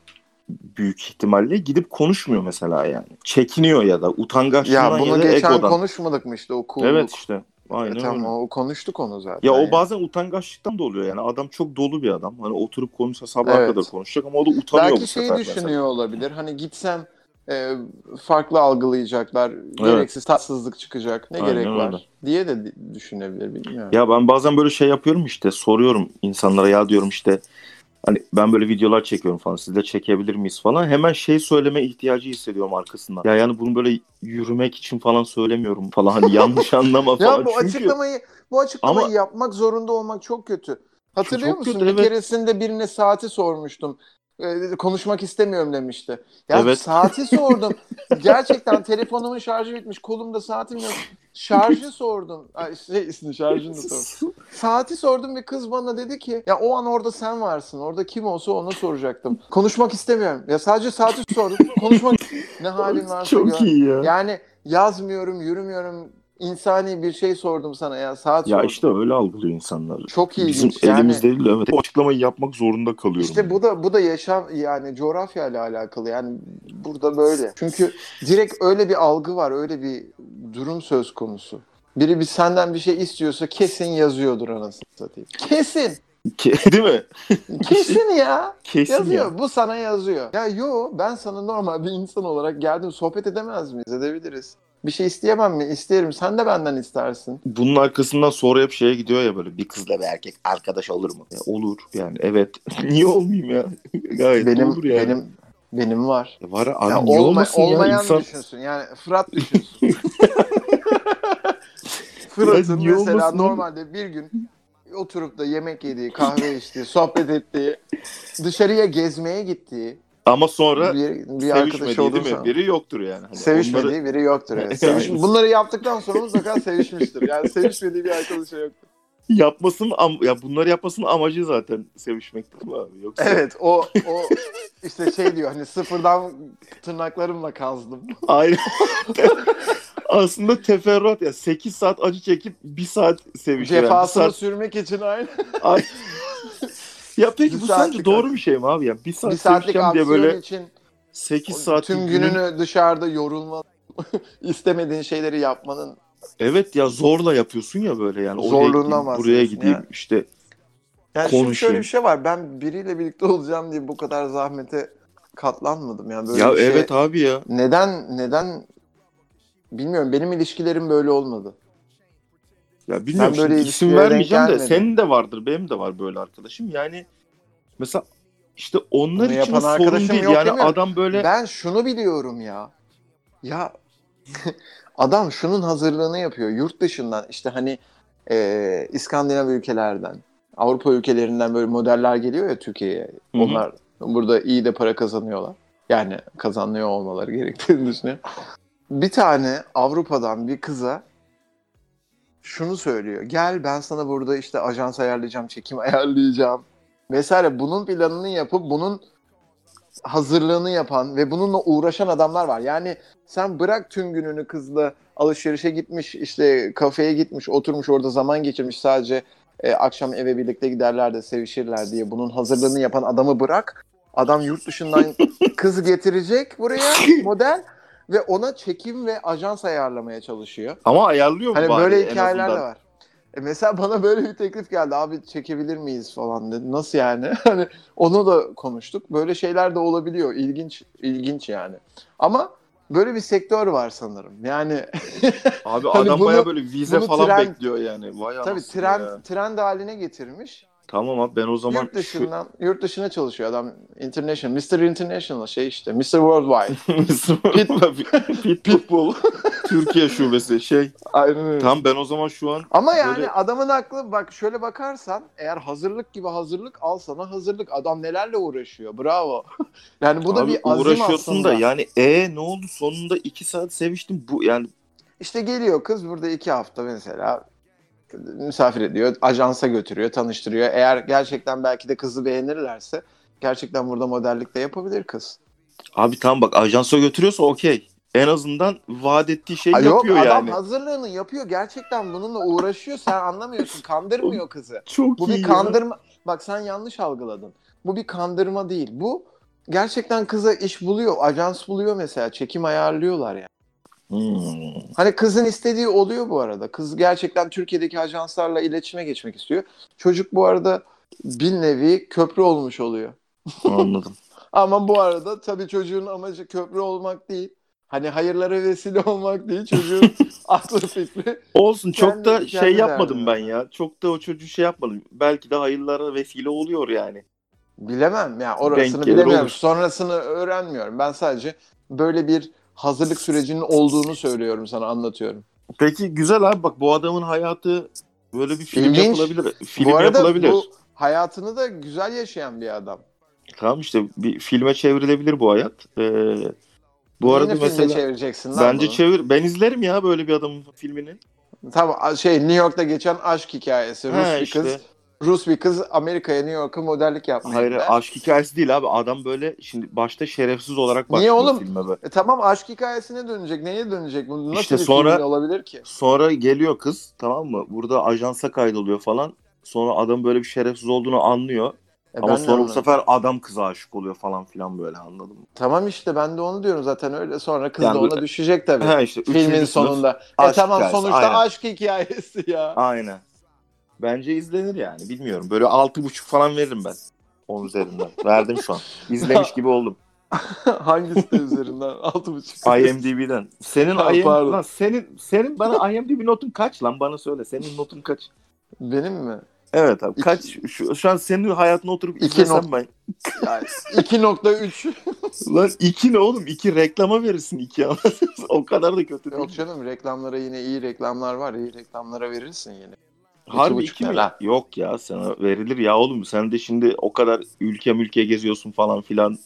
Speaker 2: büyük ihtimalle gidip konuşmuyor mesela yani. Çekiniyor ya da utangaçlığından
Speaker 1: Ya
Speaker 2: ya,
Speaker 1: bunu
Speaker 2: da
Speaker 1: geçen
Speaker 2: egodan.
Speaker 1: konuşmadık mı işte o cool'luk.
Speaker 2: evet işte. Aynen
Speaker 1: E, tamam
Speaker 2: öyle.
Speaker 1: o konuştuk onu zaten.
Speaker 2: Ya
Speaker 1: yani.
Speaker 2: o bazen utangaçlıktan da oluyor yani. Adam çok dolu bir adam. Hani oturup konuşsa sabaha
Speaker 1: Evet.
Speaker 2: kadar konuşacak ama o da utanıyor bu
Speaker 1: Belki
Speaker 2: sefer.
Speaker 1: şeyi
Speaker 2: mesela.
Speaker 1: düşünüyor olabilir. Hani gitsem e, farklı algılayacaklar. Gereksiz tatsızlık çıkacak. Ne
Speaker 2: Aynen
Speaker 1: gerek var?
Speaker 2: öyle.
Speaker 1: Diye de di- düşünebilir. Bilmiyorum.
Speaker 2: Ya ben bazen böyle şey yapıyorum işte soruyorum insanlara ya diyorum işte hani ben böyle videolar çekiyorum falan siz de çekebilir miyiz falan hemen şey söyleme ihtiyacı hissediyorum arkasından. Ya yani bunu böyle yürümek için falan söylemiyorum falan hani yanlış anlama
Speaker 1: Ya,
Speaker 2: falan.
Speaker 1: bu
Speaker 2: Çünkü
Speaker 1: açıklamayı bu açıklamayı
Speaker 2: Ama-
Speaker 1: yapmak zorunda olmak çok kötü. Hatırlıyor
Speaker 2: Çok
Speaker 1: musun?
Speaker 2: kötü,
Speaker 1: bir
Speaker 2: evet.
Speaker 1: keresinde birine saati sormuştum. E, konuşmak istemiyorum demişti. Ya
Speaker 2: Evet.
Speaker 1: saati sordum. Gerçekten telefonumun şarjı bitmiş. Kolumda saatim yok. Şarjı sordum. Ay, şey, şarjını da sordum. Saati sordum bir kız bana dedi ki ya o an orada sen varsın. Orada kim olsa ona soracaktım. Konuşmak istemiyorum. Ya sadece saati sordum. Konuşmak ne halin varsa gör.
Speaker 2: Çok iyi ya. Ya,
Speaker 1: Yani yazmıyorum, yürümüyorum. İnsani bir şey sordum sana ya. Saat sordum.
Speaker 2: işte öyle algılıyor insanlar.
Speaker 1: Çok ilginç.
Speaker 2: Bizim
Speaker 1: yani,
Speaker 2: elimizde değil de evet. Bu açıklamayı yapmak zorunda kalıyorum.
Speaker 1: İşte bu da bu da yaşam yani coğrafya ile alakalı. Yani burada böyle. Çünkü direkt öyle bir algı var, öyle bir durum söz konusu. Biri bir senden bir şey istiyorsa kesin yazıyordur anasını satayım. Kesin.
Speaker 2: Ke- değil mi?
Speaker 1: Kesin ya.
Speaker 2: Kesin
Speaker 1: yazıyor.
Speaker 2: ya.
Speaker 1: Bu sana yazıyor. Ya yo ben sana normal bir insan olarak geldim. Sohbet edemez miyiz? Edebiliriz. Bir şey isteyemem mi? İsterim. Sen de benden istersin.
Speaker 2: Bunun arkasından sonra hep şeye gidiyor ya böyle bir kızla bir erkek arkadaş olur mu? Ya olur yani evet. niye olmayayım ya? Gayet
Speaker 1: benim
Speaker 2: olur yani. Benim...
Speaker 1: benim benim var.
Speaker 2: Var abi
Speaker 1: Ya
Speaker 2: niye
Speaker 1: olma-
Speaker 2: olmasın ya
Speaker 1: olmayan
Speaker 2: insan?
Speaker 1: düşünsün. Yani Fırat düşünsün. Fırat'ın
Speaker 2: niye
Speaker 1: mesela
Speaker 2: olmasın oğlum?
Speaker 1: normalde bir gün oturup da yemek yediği, kahve içtiği, sohbet ettiği, dışarıya gezmeye gittiği
Speaker 2: Ama sonra
Speaker 1: bir, bir arkadaş
Speaker 2: sevişmediği
Speaker 1: olduğunu
Speaker 2: değil mi? Biri yoktur yani. Hani
Speaker 1: Sevişmediği
Speaker 2: onları-
Speaker 1: biri yoktur. Evet. Seviş-
Speaker 2: Aynen.
Speaker 1: Bunları yaptıktan sonra mutlaka sevişmiştir. Yani sevişmediği bir arkadaşı yoktur.
Speaker 2: Yapmasın am- ya bunları yapmasının amacı zaten sevişmek değil mi abi? Yoksa
Speaker 1: Evet o o işte şey diyor hani sıfırdan tırnaklarımla kazdım.
Speaker 2: Aynen. Aslında teferruat ya 8 saat acı çekip 1 saat sevişiyor. Yani bir
Speaker 1: Cefasını
Speaker 2: saat-
Speaker 1: sürmek için aynı.
Speaker 2: Ay- ya peki
Speaker 1: Bir
Speaker 2: bu
Speaker 1: saatlik
Speaker 2: sence doğru bir şey mi abi ya? 1 saat
Speaker 1: Bir saatlik
Speaker 2: sevişeceğim diye
Speaker 1: aksiyon
Speaker 2: böyle
Speaker 1: için
Speaker 2: 8 saat
Speaker 1: tüm gününü dışarıda yorulma istemediğin şeyleri yapmanın
Speaker 2: Evet ya zorla yapıyorsun ya böyle yani. Oraya
Speaker 1: Zorluğundan
Speaker 2: gideyim, buraya
Speaker 1: bahsediyorsun
Speaker 2: gideyim
Speaker 1: yani.
Speaker 2: işte.
Speaker 1: Yani şimdi
Speaker 2: Konuşayım.
Speaker 1: şöyle bir şey var. Ben biriyle birlikte olacağım diye bu kadar zahmete katlanmadım yani böyle
Speaker 2: ya
Speaker 1: bir şey.
Speaker 2: evet abi ya.
Speaker 1: Neden neden bilmiyorum. Benim ilişkilerim böyle olmadı.
Speaker 2: Ya bilmiyorum
Speaker 1: Ben böyle
Speaker 2: şimdi
Speaker 1: ilişkilere
Speaker 2: isim
Speaker 1: denk
Speaker 2: vermeyeceğim de
Speaker 1: gelmedim.
Speaker 2: senin de vardır benim de var böyle arkadaşım. Yani mesela işte onlar
Speaker 1: Bunu
Speaker 2: için
Speaker 1: yapan
Speaker 2: o sorun
Speaker 1: arkadaşım
Speaker 2: değil.
Speaker 1: yok
Speaker 2: Yani
Speaker 1: demiyorum.
Speaker 2: adam böyle
Speaker 1: Ben şunu biliyorum ya. Ya adam şunun hazırlığını yapıyor yurt dışından işte hani e, İskandinav ülkelerden Avrupa ülkelerinden böyle modeller geliyor ya Türkiye'ye.
Speaker 2: Hı hı.
Speaker 1: Onlar burada iyi de para kazanıyorlar. Yani kazanıyor olmaları gerektiğini düşünüyorum. Bir tane Avrupa'dan bir kıza şunu söylüyor. Gel ben sana burada işte ajans ayarlayacağım, çekim ayarlayacağım vesaire. Bunun planını yapıp bunun hazırlığını yapan ve bununla uğraşan adamlar var. Yani sen bırak tüm gününü kızla alışverişe gitmiş, işte kafeye gitmiş, oturmuş orada zaman geçirmiş sadece e, akşam eve birlikte giderler de sevişirler diye bunun hazırlığını yapan adamı bırak. Adam yurt dışından kız getirecek buraya model ve ona çekim ve ajans ayarlamaya çalışıyor.
Speaker 2: ama ayarlıyor mu
Speaker 1: Hani
Speaker 2: bari en
Speaker 1: böyle hikayeler de
Speaker 2: azından?
Speaker 1: var. E mesela bana böyle bir teklif geldi. Abi çekebilir miyiz falan dedi. Nasıl yani? Hani onu da konuştuk. Böyle şeyler de olabiliyor. İlginç, ilginç yani. Ama böyle bir sektör var sanırım. Yani
Speaker 2: Abi
Speaker 1: Hani
Speaker 2: adam
Speaker 1: bunu-
Speaker 2: baya böyle vize
Speaker 1: bunu
Speaker 2: falan
Speaker 1: tren-
Speaker 2: bekliyor yani. Vay
Speaker 1: tabii
Speaker 2: anasını
Speaker 1: trend
Speaker 2: ya.
Speaker 1: trend haline getirmiş.
Speaker 2: Tamam abi ben o zaman
Speaker 1: yurt dışından yurt dışına çalışıyor adam. International, Mr. International şey işte. Mr. Worldwide.
Speaker 2: şu... Pit... Pitbull. Türkiye şubesi şey.
Speaker 1: Aynen öyle.
Speaker 2: Tamam ben o zaman şu an
Speaker 1: Ama yani
Speaker 2: Böyle-
Speaker 1: adamın aklı bak şöyle bakarsan eğer hazırlık gibi hazırlık al sana hazırlık. Adam nelerle uğraşıyor. Bravo. yani bu da
Speaker 2: abi
Speaker 1: bir azim
Speaker 2: uğraşıyorsun
Speaker 1: aslında.
Speaker 2: da yani e ne oldu sonunda 2 saat seviştim bu yani
Speaker 1: İşte geliyor kız burada iki hafta mesela misafir ediyor. Ajansa götürüyor, tanıştırıyor. Eğer gerçekten belki de kızı beğenirlerse gerçekten burada modellik de yapabilir kız.
Speaker 2: abi tamam bak ajansa götürüyorsa okey. En azından vaat ettiği şey
Speaker 1: Ay yok
Speaker 2: yapıyor
Speaker 1: adam
Speaker 2: yani.
Speaker 1: hazırlığını yapıyor. Gerçekten bununla uğraşıyor. Sen anlamıyorsun. Kandırmıyor kızı.
Speaker 2: Çok
Speaker 1: Bu
Speaker 2: iyi
Speaker 1: bir
Speaker 2: ya.
Speaker 1: kandırma. Bak sen yanlış algıladın. Bu bir kandırma değil. Bu gerçekten kıza iş buluyor. Ajans buluyor mesela. Çekim ayarlıyorlar yani.
Speaker 2: Hmm.
Speaker 1: Hani kızın istediği oluyor bu arada. Kız gerçekten Türkiye'deki ajanslarla iletişime geçmek istiyor. Çocuk bu arada bir nevi köprü olmuş oluyor.
Speaker 2: Anladım.
Speaker 1: Ama bu arada tabii çocuğun amacı köprü olmak değil. Hani hayırlara vesile olmak değil. Çocuğun aklı fikri.
Speaker 2: Olsun çok da
Speaker 1: Kendi-
Speaker 2: şey
Speaker 1: kendi
Speaker 2: yapmadım ben
Speaker 1: derdi.
Speaker 2: ya. Çok da o çocuğu şey yapmadım. Belki de hayırlara vesile oluyor yani.
Speaker 1: Bilemem ya
Speaker 2: Denk
Speaker 1: orasını
Speaker 2: gelir
Speaker 1: bilemiyorum.
Speaker 2: olur.
Speaker 1: Sonrasını öğrenmiyorum. Ben sadece böyle bir hazırlık sürecinin olduğunu söylüyorum sana anlatıyorum.
Speaker 2: Peki güzel abi bak bu adamın hayatı böyle bir film
Speaker 1: İlginç.
Speaker 2: yapılabilir. Film
Speaker 1: bu arada
Speaker 2: yapılabilir.
Speaker 1: bu hayatını da güzel yaşayan bir adam.
Speaker 2: Tamam işte bir filme çevrilebilir bu hayat. Ee, bu arada
Speaker 1: Yine filme
Speaker 2: mesela
Speaker 1: çevireceksin lan
Speaker 2: bence
Speaker 1: bunu.
Speaker 2: çevir. Ben izlerim ya böyle bir adamın filmini.
Speaker 1: Tamam şey New York'ta geçen aşk hikayesi. Rus
Speaker 2: Ha,
Speaker 1: bir
Speaker 2: işte.
Speaker 1: kız. Rus bir kız Amerika'ya New York'a modellik yapmaya
Speaker 2: Hayır
Speaker 1: gider.
Speaker 2: aşk hikayesi değil abi. Adam böyle şimdi başta şerefsiz olarak
Speaker 1: Niye
Speaker 2: başlıyor
Speaker 1: oğlum?
Speaker 2: filme böyle.
Speaker 1: E tamam aşk hikayesine dönecek. Neye dönecek? Bu nasıl
Speaker 2: İşte
Speaker 1: bir
Speaker 2: sonra-
Speaker 1: filmin olabilir ki?
Speaker 2: Sonra geliyor kız tamam mı? Burada ajansa kaydoluyor falan. Sonra adam böyle bir şerefsiz olduğunu anlıyor.
Speaker 1: E
Speaker 2: Ama
Speaker 1: de
Speaker 2: sonra bu
Speaker 1: anlamadım.
Speaker 2: sefer adam kıza aşık oluyor falan filan böyle anladın mı?
Speaker 1: Tamam işte ben de onu diyorum zaten öyle. Sonra kız
Speaker 2: Yani
Speaker 1: da ona düşecek tabii.
Speaker 2: Ha işte üçüncü
Speaker 1: Filmin
Speaker 2: sınıf.
Speaker 1: sonunda. E
Speaker 2: aşk
Speaker 1: tamam
Speaker 2: hikayesi,
Speaker 1: sonuçta
Speaker 2: aynen.
Speaker 1: aşk hikayesi ya.
Speaker 2: Aynen. Bence izlenir yani bilmiyorum. Böyle altı buçuk falan veririm ben. Onun üzerinden. Verdim şu an. İzlemiş gibi oldum.
Speaker 1: Hangi site üzerinden? Altı buçuk.
Speaker 2: IMDb'den. Senin
Speaker 1: Ha,
Speaker 2: IM...
Speaker 1: pardon.
Speaker 2: lan senin senin bana IMDb notun kaç lan bana söyle. Senin notun kaç?
Speaker 1: Benim mi?
Speaker 2: Evet abi. Kaç şu, şu an senin hayatına oturup
Speaker 1: İki
Speaker 2: izlesem
Speaker 1: not.
Speaker 2: ben.
Speaker 1: Yani 2.3.
Speaker 2: Lan iki ne oğlum? İki reklama verirsin iki anasını. o kadar da kötü değil.
Speaker 1: Yok canım reklamlara yine iyi reklamlar var. İyi reklamlara verirsin yine. İki
Speaker 2: Harbi
Speaker 1: buçuk
Speaker 2: iki
Speaker 1: ne
Speaker 2: mi?
Speaker 1: lan?
Speaker 2: Yok ya sana verilir ya oğlum. Sen de şimdi o kadar ülke ülke geziyorsun falan filan.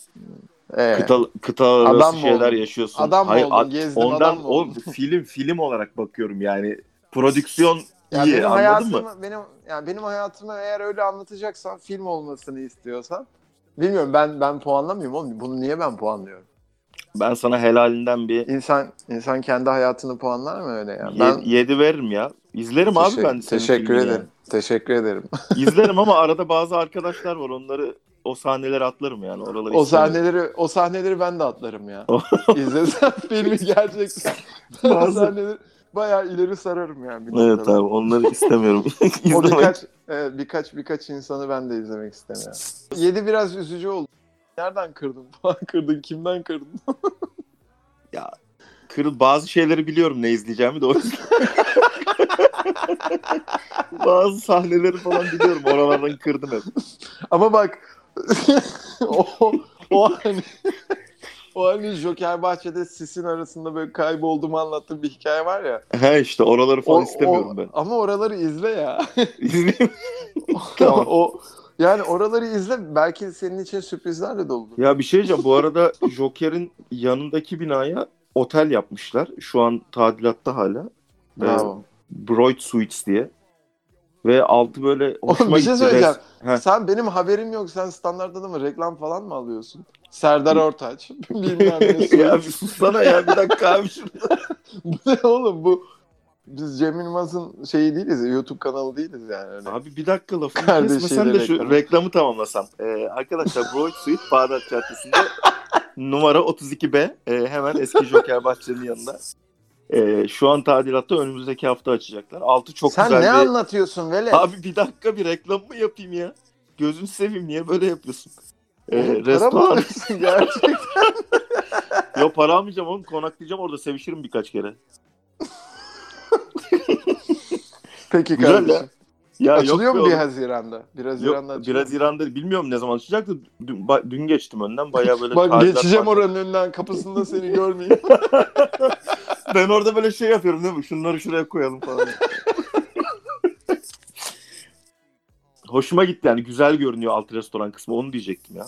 Speaker 1: Ee,
Speaker 2: Kıta, kıta arası
Speaker 1: Adam mı
Speaker 2: şeyler
Speaker 1: oldun?
Speaker 2: yaşıyorsun.
Speaker 1: adam mı
Speaker 2: Hayır,
Speaker 1: oldun?
Speaker 2: a-
Speaker 1: Gezdin
Speaker 2: Ondan
Speaker 1: adam mı oldun?
Speaker 2: oğlum film film olarak bakıyorum yani. Prodüksiyon
Speaker 1: Ya
Speaker 2: iyi
Speaker 1: benim
Speaker 2: anladın
Speaker 1: hayatım
Speaker 2: mı?
Speaker 1: benim yani benim hayatımı eğer öyle anlatacaksan film olmasını istiyorsan bilmiyorum ben ben puanlamıyorum oğlum. Bunu niye ben puanlıyorum?
Speaker 2: Ben sana helalinden bir
Speaker 1: İnsan insan kendi hayatını puanlar mı öyle ya?
Speaker 2: ye-
Speaker 1: Ben
Speaker 2: yedi veririm ya. İzlerim abi
Speaker 1: Teşekkür-
Speaker 2: ben senin
Speaker 1: Teşekkür
Speaker 2: filmini
Speaker 1: ederim. Teşekkür ederim.
Speaker 2: yani. İzlerim ama arada bazı arkadaşlar var. Onları o sahneleri atlarım yani. Oraları
Speaker 1: O
Speaker 2: istemiyorum.
Speaker 1: sahneleri o sahneleri ben de atlarım ya. İzlesem filmi gerçekten ben o
Speaker 2: Bazı-
Speaker 1: sahneleri bayağı ileri sararım yani. bir
Speaker 2: Evet
Speaker 1: noktada.
Speaker 2: abi onları istemiyorum.
Speaker 1: O
Speaker 2: İzlemek-
Speaker 1: birkaç, evet, birkaç birkaç insanı ben de izlemek istemiyorum. 7 biraz üzücü oldu. Nereden kırdın? Puan kırdın. Kimden kırdın?
Speaker 2: Kırıl bazı şeyleri biliyorum ne izleyeceğimi de o yüzden. bazı sahneleri falan biliyorum. Oralardan kırdım hep.
Speaker 1: Ama bak o, o hani o hani Joker Bahçe'de sisin arasında böyle kaybolduğumu anlattığım bir hikaye var ya.
Speaker 2: He işte oraları
Speaker 1: O-
Speaker 2: falan istemiyorum
Speaker 1: o-
Speaker 2: ben.
Speaker 1: Ama oraları izle ya.
Speaker 2: İzleyeyim.
Speaker 1: Tamam.
Speaker 2: Tamam.
Speaker 1: o yani oraları izle belki senin için sürprizlerle doludur.
Speaker 2: ya bir şey diyeceğim. Bu arada Joker'in yanındaki binaya otel yapmışlar. Şu an tadilatta hala.
Speaker 1: Bravo.
Speaker 2: Broid Suites diye. Ve altı böyle
Speaker 1: Oğlum
Speaker 2: hoşuma
Speaker 1: bir şey
Speaker 2: gitti.
Speaker 1: söyleyeceğim.
Speaker 2: Heh.
Speaker 1: Sen benim haberim yok. Sen standartta da mı reklam falan mı alıyorsun? Serdar Ortaç. Bilmem ne.
Speaker 2: Res- ya bir sussana ya bir dakika abi şurada.
Speaker 1: Bu ne oğlum bu? Biz Cem Yılmaz'ın şeyi değiliz. ya, YouTube kanalı değiliz yani. Öyle.
Speaker 2: Abi bir dakika lafını
Speaker 1: Kardeşiyle
Speaker 2: kesmesen de şu
Speaker 1: reklam.
Speaker 2: reklamı tamamlasam. Ee, arkadaşlar Broad Suite Bağdat Caddesi'nde numara 32B Ee, hemen eski Joker Bahçeli'nin yanında. Ee, şu an tadilatta önümüzdeki hafta açacaklar. Altı çok
Speaker 1: Sen
Speaker 2: güzel
Speaker 1: ne
Speaker 2: bir...
Speaker 1: anlatıyorsun Vele?
Speaker 2: Abi bir dakika bir reklam mı yapayım ya? Gözünü seveyim niye böyle yapıyorsun? Ee,
Speaker 1: Oğlum, para mı
Speaker 2: restoran.
Speaker 1: alıyorsun gerçekten?
Speaker 2: Yo para almayacağım oğlum konaklayacağım orada sevişirim birkaç kere.
Speaker 1: Peki
Speaker 2: Güzel
Speaker 1: kardeşim.
Speaker 2: ya. Ya
Speaker 1: Açılıyor
Speaker 2: yok be
Speaker 1: mu 1
Speaker 2: oğlum.
Speaker 1: Haziran'da? 1 Haziran'da
Speaker 2: Yok,
Speaker 1: açılıyor.
Speaker 2: biraz İran'da bilmiyorum ne zaman açacaktı. Dün, ba- dün geçtim önden bayağı böyle
Speaker 1: Bak
Speaker 2: tadilat
Speaker 1: geçeceğim
Speaker 2: var.
Speaker 1: oranın önünden kapısında seni görmeyeyim.
Speaker 2: Ben orada böyle şey yapıyorum değil mi? Şunları şuraya koyalım falan. Hoşuma gitti yani güzel görünüyor alt restoran kısmı onu diyecektim ya.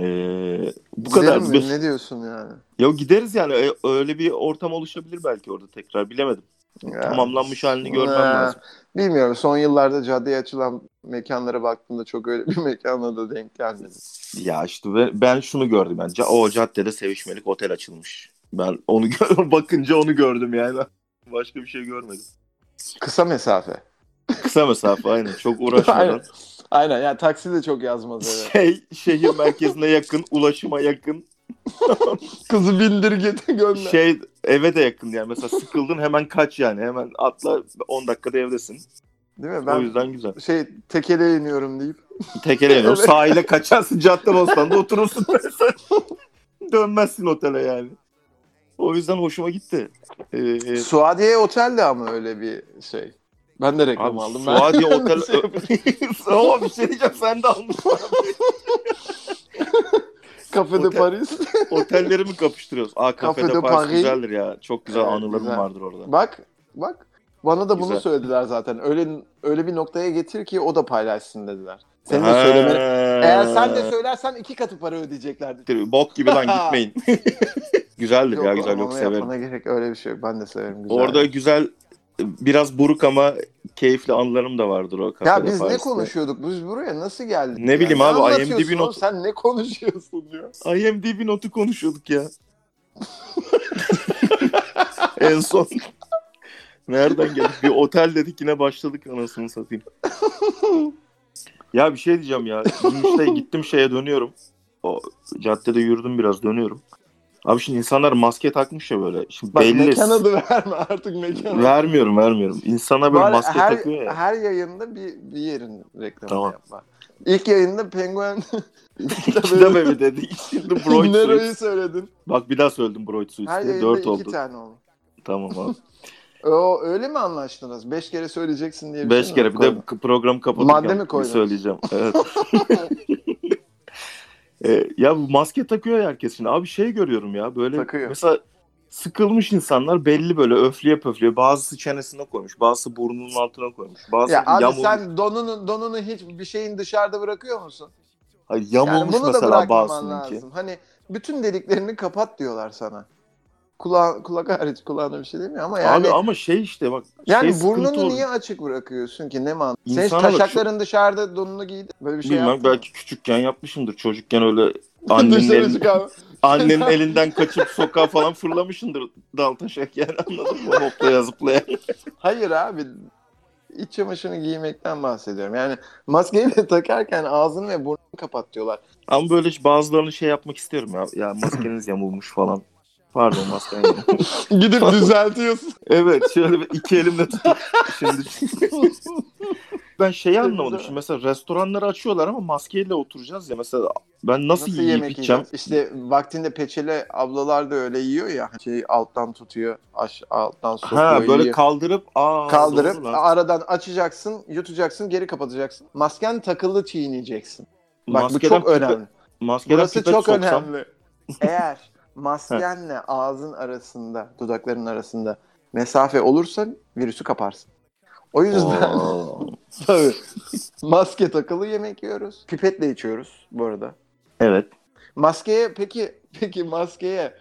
Speaker 2: Ee, bu kadar.
Speaker 1: Gidelim mi? Ne diyorsun yani?
Speaker 2: Ya gideriz yani Ö- öyle bir ortam oluşabilir belki orada tekrar bilemedim.
Speaker 1: Ya.
Speaker 2: Tamamlanmış halini görmem
Speaker 1: Ha,
Speaker 2: lazım.
Speaker 1: Bilmiyorum. Son yıllarda caddeye açılan mekanlara baktığımda çok öyle bir mekanla da denk gelmedim.
Speaker 2: Ya işte ben, ben şunu gördüm bence. O caddede sevişmelik otel açılmış. Ben onu gör- bakınca onu gördüm yani. Başka bir şey görmedim.
Speaker 1: Kısa mesafe.
Speaker 2: Kısa mesafe aynen çok uğraşmadan.
Speaker 1: Aynen. Aynen. Yani taksi de çok yazmaz eve.
Speaker 2: şey şehir merkezine yakın, ulaşıma yakın.
Speaker 1: Kızı bindir git gönder.
Speaker 2: Şey eve de yakın yani. Mesela sıkıldın hemen kaç yani. Hemen atla 10 dakikada evdesin.
Speaker 1: Değil mi?
Speaker 2: O
Speaker 1: Ben
Speaker 2: yüzden güzel.
Speaker 1: şey tekele iniyorum deyip.
Speaker 2: Tekele evet.
Speaker 1: Evet.
Speaker 2: sahile kaçarsın Caddebostan'da oturursun mesela. Dönmezsin otele yani. O yüzden hoşuma gitti. Ee,
Speaker 1: Suadiye Otel de ama öyle bir şey. Ben de reklam
Speaker 2: abi
Speaker 1: aldım. ben. Şey
Speaker 2: Suadiye Otel... Ama bir şey diyeceğim sen de almışsın.
Speaker 1: Kafede
Speaker 2: Otel-
Speaker 1: Paris.
Speaker 2: Otelleri mi kapıştırıyoruz? Aa Cafe
Speaker 1: Cafe de
Speaker 2: de Paris
Speaker 1: Paris.
Speaker 2: güzeldir ya. Çok güzel
Speaker 1: Evet,
Speaker 2: anılarım
Speaker 1: güzel.
Speaker 2: vardır orada.
Speaker 1: bak bak. Bana da bunu
Speaker 2: Güzel.
Speaker 1: söylediler zaten. Öyle öyle bir noktaya getir ki o da paylaşsın dediler. Senin de
Speaker 2: Ha.
Speaker 1: söylemeni Eğer sen de söylersen iki katı para ödeyeceklerdi.
Speaker 2: Siktir, Bok gibi lan gitmeyin. Güzeldir ya güzel
Speaker 1: ama
Speaker 2: yok
Speaker 1: onu
Speaker 2: severim.
Speaker 1: Yapmana gerek öyle bir şey yok. Ben de severim. Güzel.
Speaker 2: Orada güzel biraz buruk ama keyifli anılarım da vardır o kafede.
Speaker 1: ya biz ne
Speaker 2: Paris'te.
Speaker 1: konuşuyorduk? Biz buraya nasıl geldik?
Speaker 2: Ne
Speaker 1: Ya
Speaker 2: bileyim
Speaker 1: ne
Speaker 2: abi,
Speaker 1: anlatıyorsun
Speaker 2: IMDb
Speaker 1: oğlum?
Speaker 2: not-
Speaker 1: Sen ne konuşuyorsun diyor.
Speaker 2: IMDb notu konuşuyorduk ya. en son. Nereden geldik? Bir otel dedik yine başladık anasını satayım. ya bir şey diyeceğim ya. Dün işte gittim şeye dönüyorum. O caddede yürüdüm biraz dönüyorum. Abi şimdi insanlar maske takmış ya böyle. Şimdi
Speaker 1: Bak
Speaker 2: belli.
Speaker 1: mekan adı verme artık mekan adı.
Speaker 2: Vermiyorum vermiyorum. İnsanlar böyle
Speaker 1: Bari
Speaker 2: maske
Speaker 1: her,
Speaker 2: takıyor ya.
Speaker 1: her yayında bir, bir yerin reklamını
Speaker 2: Tamam.
Speaker 1: yapma. İlk yayında penguen
Speaker 2: İki de mi dedi? Şimdi Broid Suits.
Speaker 1: Nero'yu söyledin.
Speaker 2: Bak bir daha söyledim Broid Suits
Speaker 1: Her
Speaker 2: diye.
Speaker 1: yayında
Speaker 2: Dört
Speaker 1: iki
Speaker 2: oldu.
Speaker 1: tane oldu.
Speaker 2: Tamam abi.
Speaker 1: O, öyle mi anlaştınız? Beş kere söyleyeceksin diye bir
Speaker 2: Beş
Speaker 1: şey mi
Speaker 2: kere bir de
Speaker 1: koydun?
Speaker 2: k- program kapatırken
Speaker 1: Madde mi
Speaker 2: bir
Speaker 1: koydun?
Speaker 2: söyleyeceğim. Evet. E, ya bu maske takıyor ya herkes şimdi. Abi şey görüyorum ya böyle
Speaker 1: Takıyor.
Speaker 2: mesela sıkılmış insanlar belli böyle öfleye pöfleye. Bazısı çenesine koymuş, bazısı burnunun altına koymuş, bazısı
Speaker 1: Ya abi
Speaker 2: yamulmuş,
Speaker 1: sen donunu donunu hiç bir şeyin dışarıda bırakıyor musun?
Speaker 2: Hayır,
Speaker 1: Yani
Speaker 2: yamulmuş
Speaker 1: bunu da
Speaker 2: mesela
Speaker 1: bırakmaman
Speaker 2: bazısınınki.
Speaker 1: lazım. Hani bütün deliklerini kapat diyorlar sana. Kula kulak hariç kulağına bir şey demiyor ama yani
Speaker 2: Abi ama şey işte bak.
Speaker 1: yani
Speaker 2: şey
Speaker 1: burnunu
Speaker 2: sıkıntı oldu.
Speaker 1: niye açık bırakıyorsun ki ne man? Sen
Speaker 2: İnsana bak
Speaker 1: taşakların dışarıda donunu giydin. Böyle bir şey
Speaker 2: Bilmem
Speaker 1: yaptın mı?
Speaker 2: belki küçükken yapmışımdır. Çocukken öyle annenin,
Speaker 1: Dışarı
Speaker 2: elin-
Speaker 1: çıkan-
Speaker 2: annenin elinden kaçıp sokağa falan fırlamışındır dal taşak yani anladın mı? Hoplaya zıplaya.
Speaker 1: Hayır abi. İç çamaşırını giymekten bahsediyorum. Yani maskeyi de takarken ağzını ve burnunu kapat diyorlar.
Speaker 2: Ama böyle bazılarını şey yapmak istiyorum ya. Ya maskeniz yamulmuş falan. Pardon masken yamulmuş.
Speaker 1: Gidip düzeltiyorsun.
Speaker 2: evet şöyle bir iki elimle tutup şimdi. ben şeyi anlamadım. Şimdi mesela restoranları açıyorlar ama maskeyle oturacağız ya. Mesela ben nasıl,
Speaker 1: Nasıl
Speaker 2: yiyip
Speaker 1: yemek
Speaker 2: içeceğim?
Speaker 1: yiyeceğim? İşte vaktinde peçeli ablalar da öyle yiyor ya. Şey alttan tutuyor, aş alttan sokuyor.
Speaker 2: Ha böyle
Speaker 1: yiyor.
Speaker 2: kaldırıp aa,
Speaker 1: kaldırıp
Speaker 2: doğru lan.
Speaker 1: aradan açacaksın, yutacaksın, geri kapatacaksın. Masken takılı çiğneyeceksin. Bak bu
Speaker 2: Maskeden
Speaker 1: çok
Speaker 2: pipet-
Speaker 1: önemli.
Speaker 2: Maskeden
Speaker 1: Burası
Speaker 2: pipet
Speaker 1: çok
Speaker 2: soksam-
Speaker 1: önemli. Eğer maskenle ağzın arasında, dudakların arasında mesafe olursa virüsü kaparsın. O yüzden
Speaker 2: Oo.
Speaker 1: tabii maske takılı yemek yiyoruz. Pipetle içiyoruz bu arada.
Speaker 2: evet.
Speaker 1: Maskeye peki peki maskeye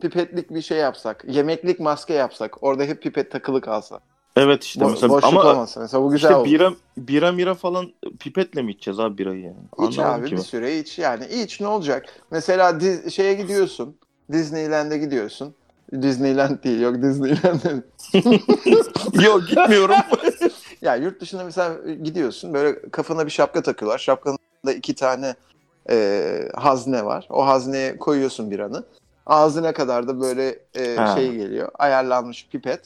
Speaker 1: pipetlik bir şey yapsak, yemeklik maske yapsak, orada hep pipet takılı kalsa.
Speaker 2: Evet işte
Speaker 1: Bo-
Speaker 2: mesela
Speaker 1: boşluk
Speaker 2: ama
Speaker 1: olmasın. Mesela bu güzel
Speaker 2: işte
Speaker 1: olur.
Speaker 2: bira, bira mira falan pipetle mi içeceğiz abi birayı yani?
Speaker 1: İç
Speaker 2: Anlamadım
Speaker 1: abi
Speaker 2: ki
Speaker 1: bir
Speaker 2: ben.
Speaker 1: süre iç yani iç ne olacak? Mesela Diz- şeye gidiyorsun. Disneyland'e gidiyorsun. Disneyland değil yok Disneyland.
Speaker 2: Yok gitmiyorum.
Speaker 1: ya yurt dışına mesela gidiyorsun böyle kafana bir şapka takıyorlar. Şapkanın da iki tane e, hazne var. O hazneye koyuyorsun bir anı. Ağzına kadar da böyle e,
Speaker 2: Ha.
Speaker 1: şey geliyor. Ayarlanmış pipet.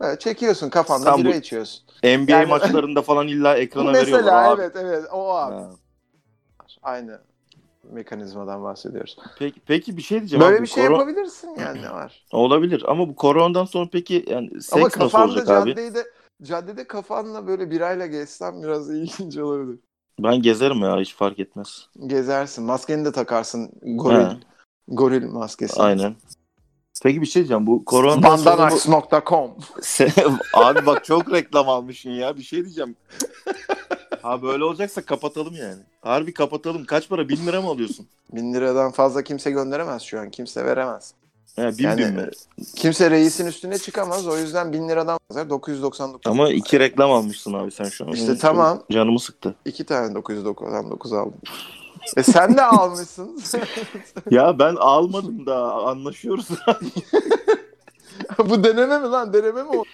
Speaker 1: Böyle çekiyorsun kafanda
Speaker 2: Sen bu-
Speaker 1: bira içiyorsun.
Speaker 2: NBA
Speaker 1: Yani-
Speaker 2: maçlarında falan illa ekrana veriyorlar
Speaker 1: Mesela
Speaker 2: abi.
Speaker 1: evet evet o abi.
Speaker 2: Ha.
Speaker 1: Aynı mekanizmadan bahsediyoruz.
Speaker 2: Peki, peki bir şey diyeceğim.
Speaker 1: Böyle
Speaker 2: abi,
Speaker 1: bir
Speaker 2: bu
Speaker 1: şey
Speaker 2: koron-
Speaker 1: yapabilirsin yani ne var.
Speaker 2: Olabilir ama bu koronadan sonra peki yani seks
Speaker 1: Ama
Speaker 2: nasıl
Speaker 1: kafanda
Speaker 2: olacak abi?
Speaker 1: caddeyi de caddede kafanla böyle birayla gezsen biraz ilginç olabilir.
Speaker 2: Ben gezerim ya hiç fark etmez.
Speaker 1: Gezersin. Maskeni de takarsın. Goril.
Speaker 2: He.
Speaker 1: Goril maskesi.
Speaker 2: Aynen. Peki bir şey diyeceğim bu koronadan sonra bu-
Speaker 1: Bandanax.com
Speaker 2: Se- Abi bak çok reklam almışsın ya. Bir şey diyeceğim. Ha böyle olacaksa kapatalım yani. Harbi kapatalım. Kaç para? Bin lira mı alıyorsun?
Speaker 1: Bin liradan fazla kimse gönderemez şu an. Kimse veremez.
Speaker 2: He, bin
Speaker 1: Yani-
Speaker 2: bin mi?
Speaker 1: Kimse reisin üstüne çıkamaz. O yüzden bin liradan fazla 999.
Speaker 2: Ama iki reklam almışsın abi sen şu an.
Speaker 1: İşte
Speaker 2: Benim çok
Speaker 1: tamam.
Speaker 2: Canımı sıktı.
Speaker 1: İki tane 999 aldım. e sen de almışsın.
Speaker 2: Ya ben almadım da anlaşıyoruz.
Speaker 1: Bu deneme mi lan? Deneme mi o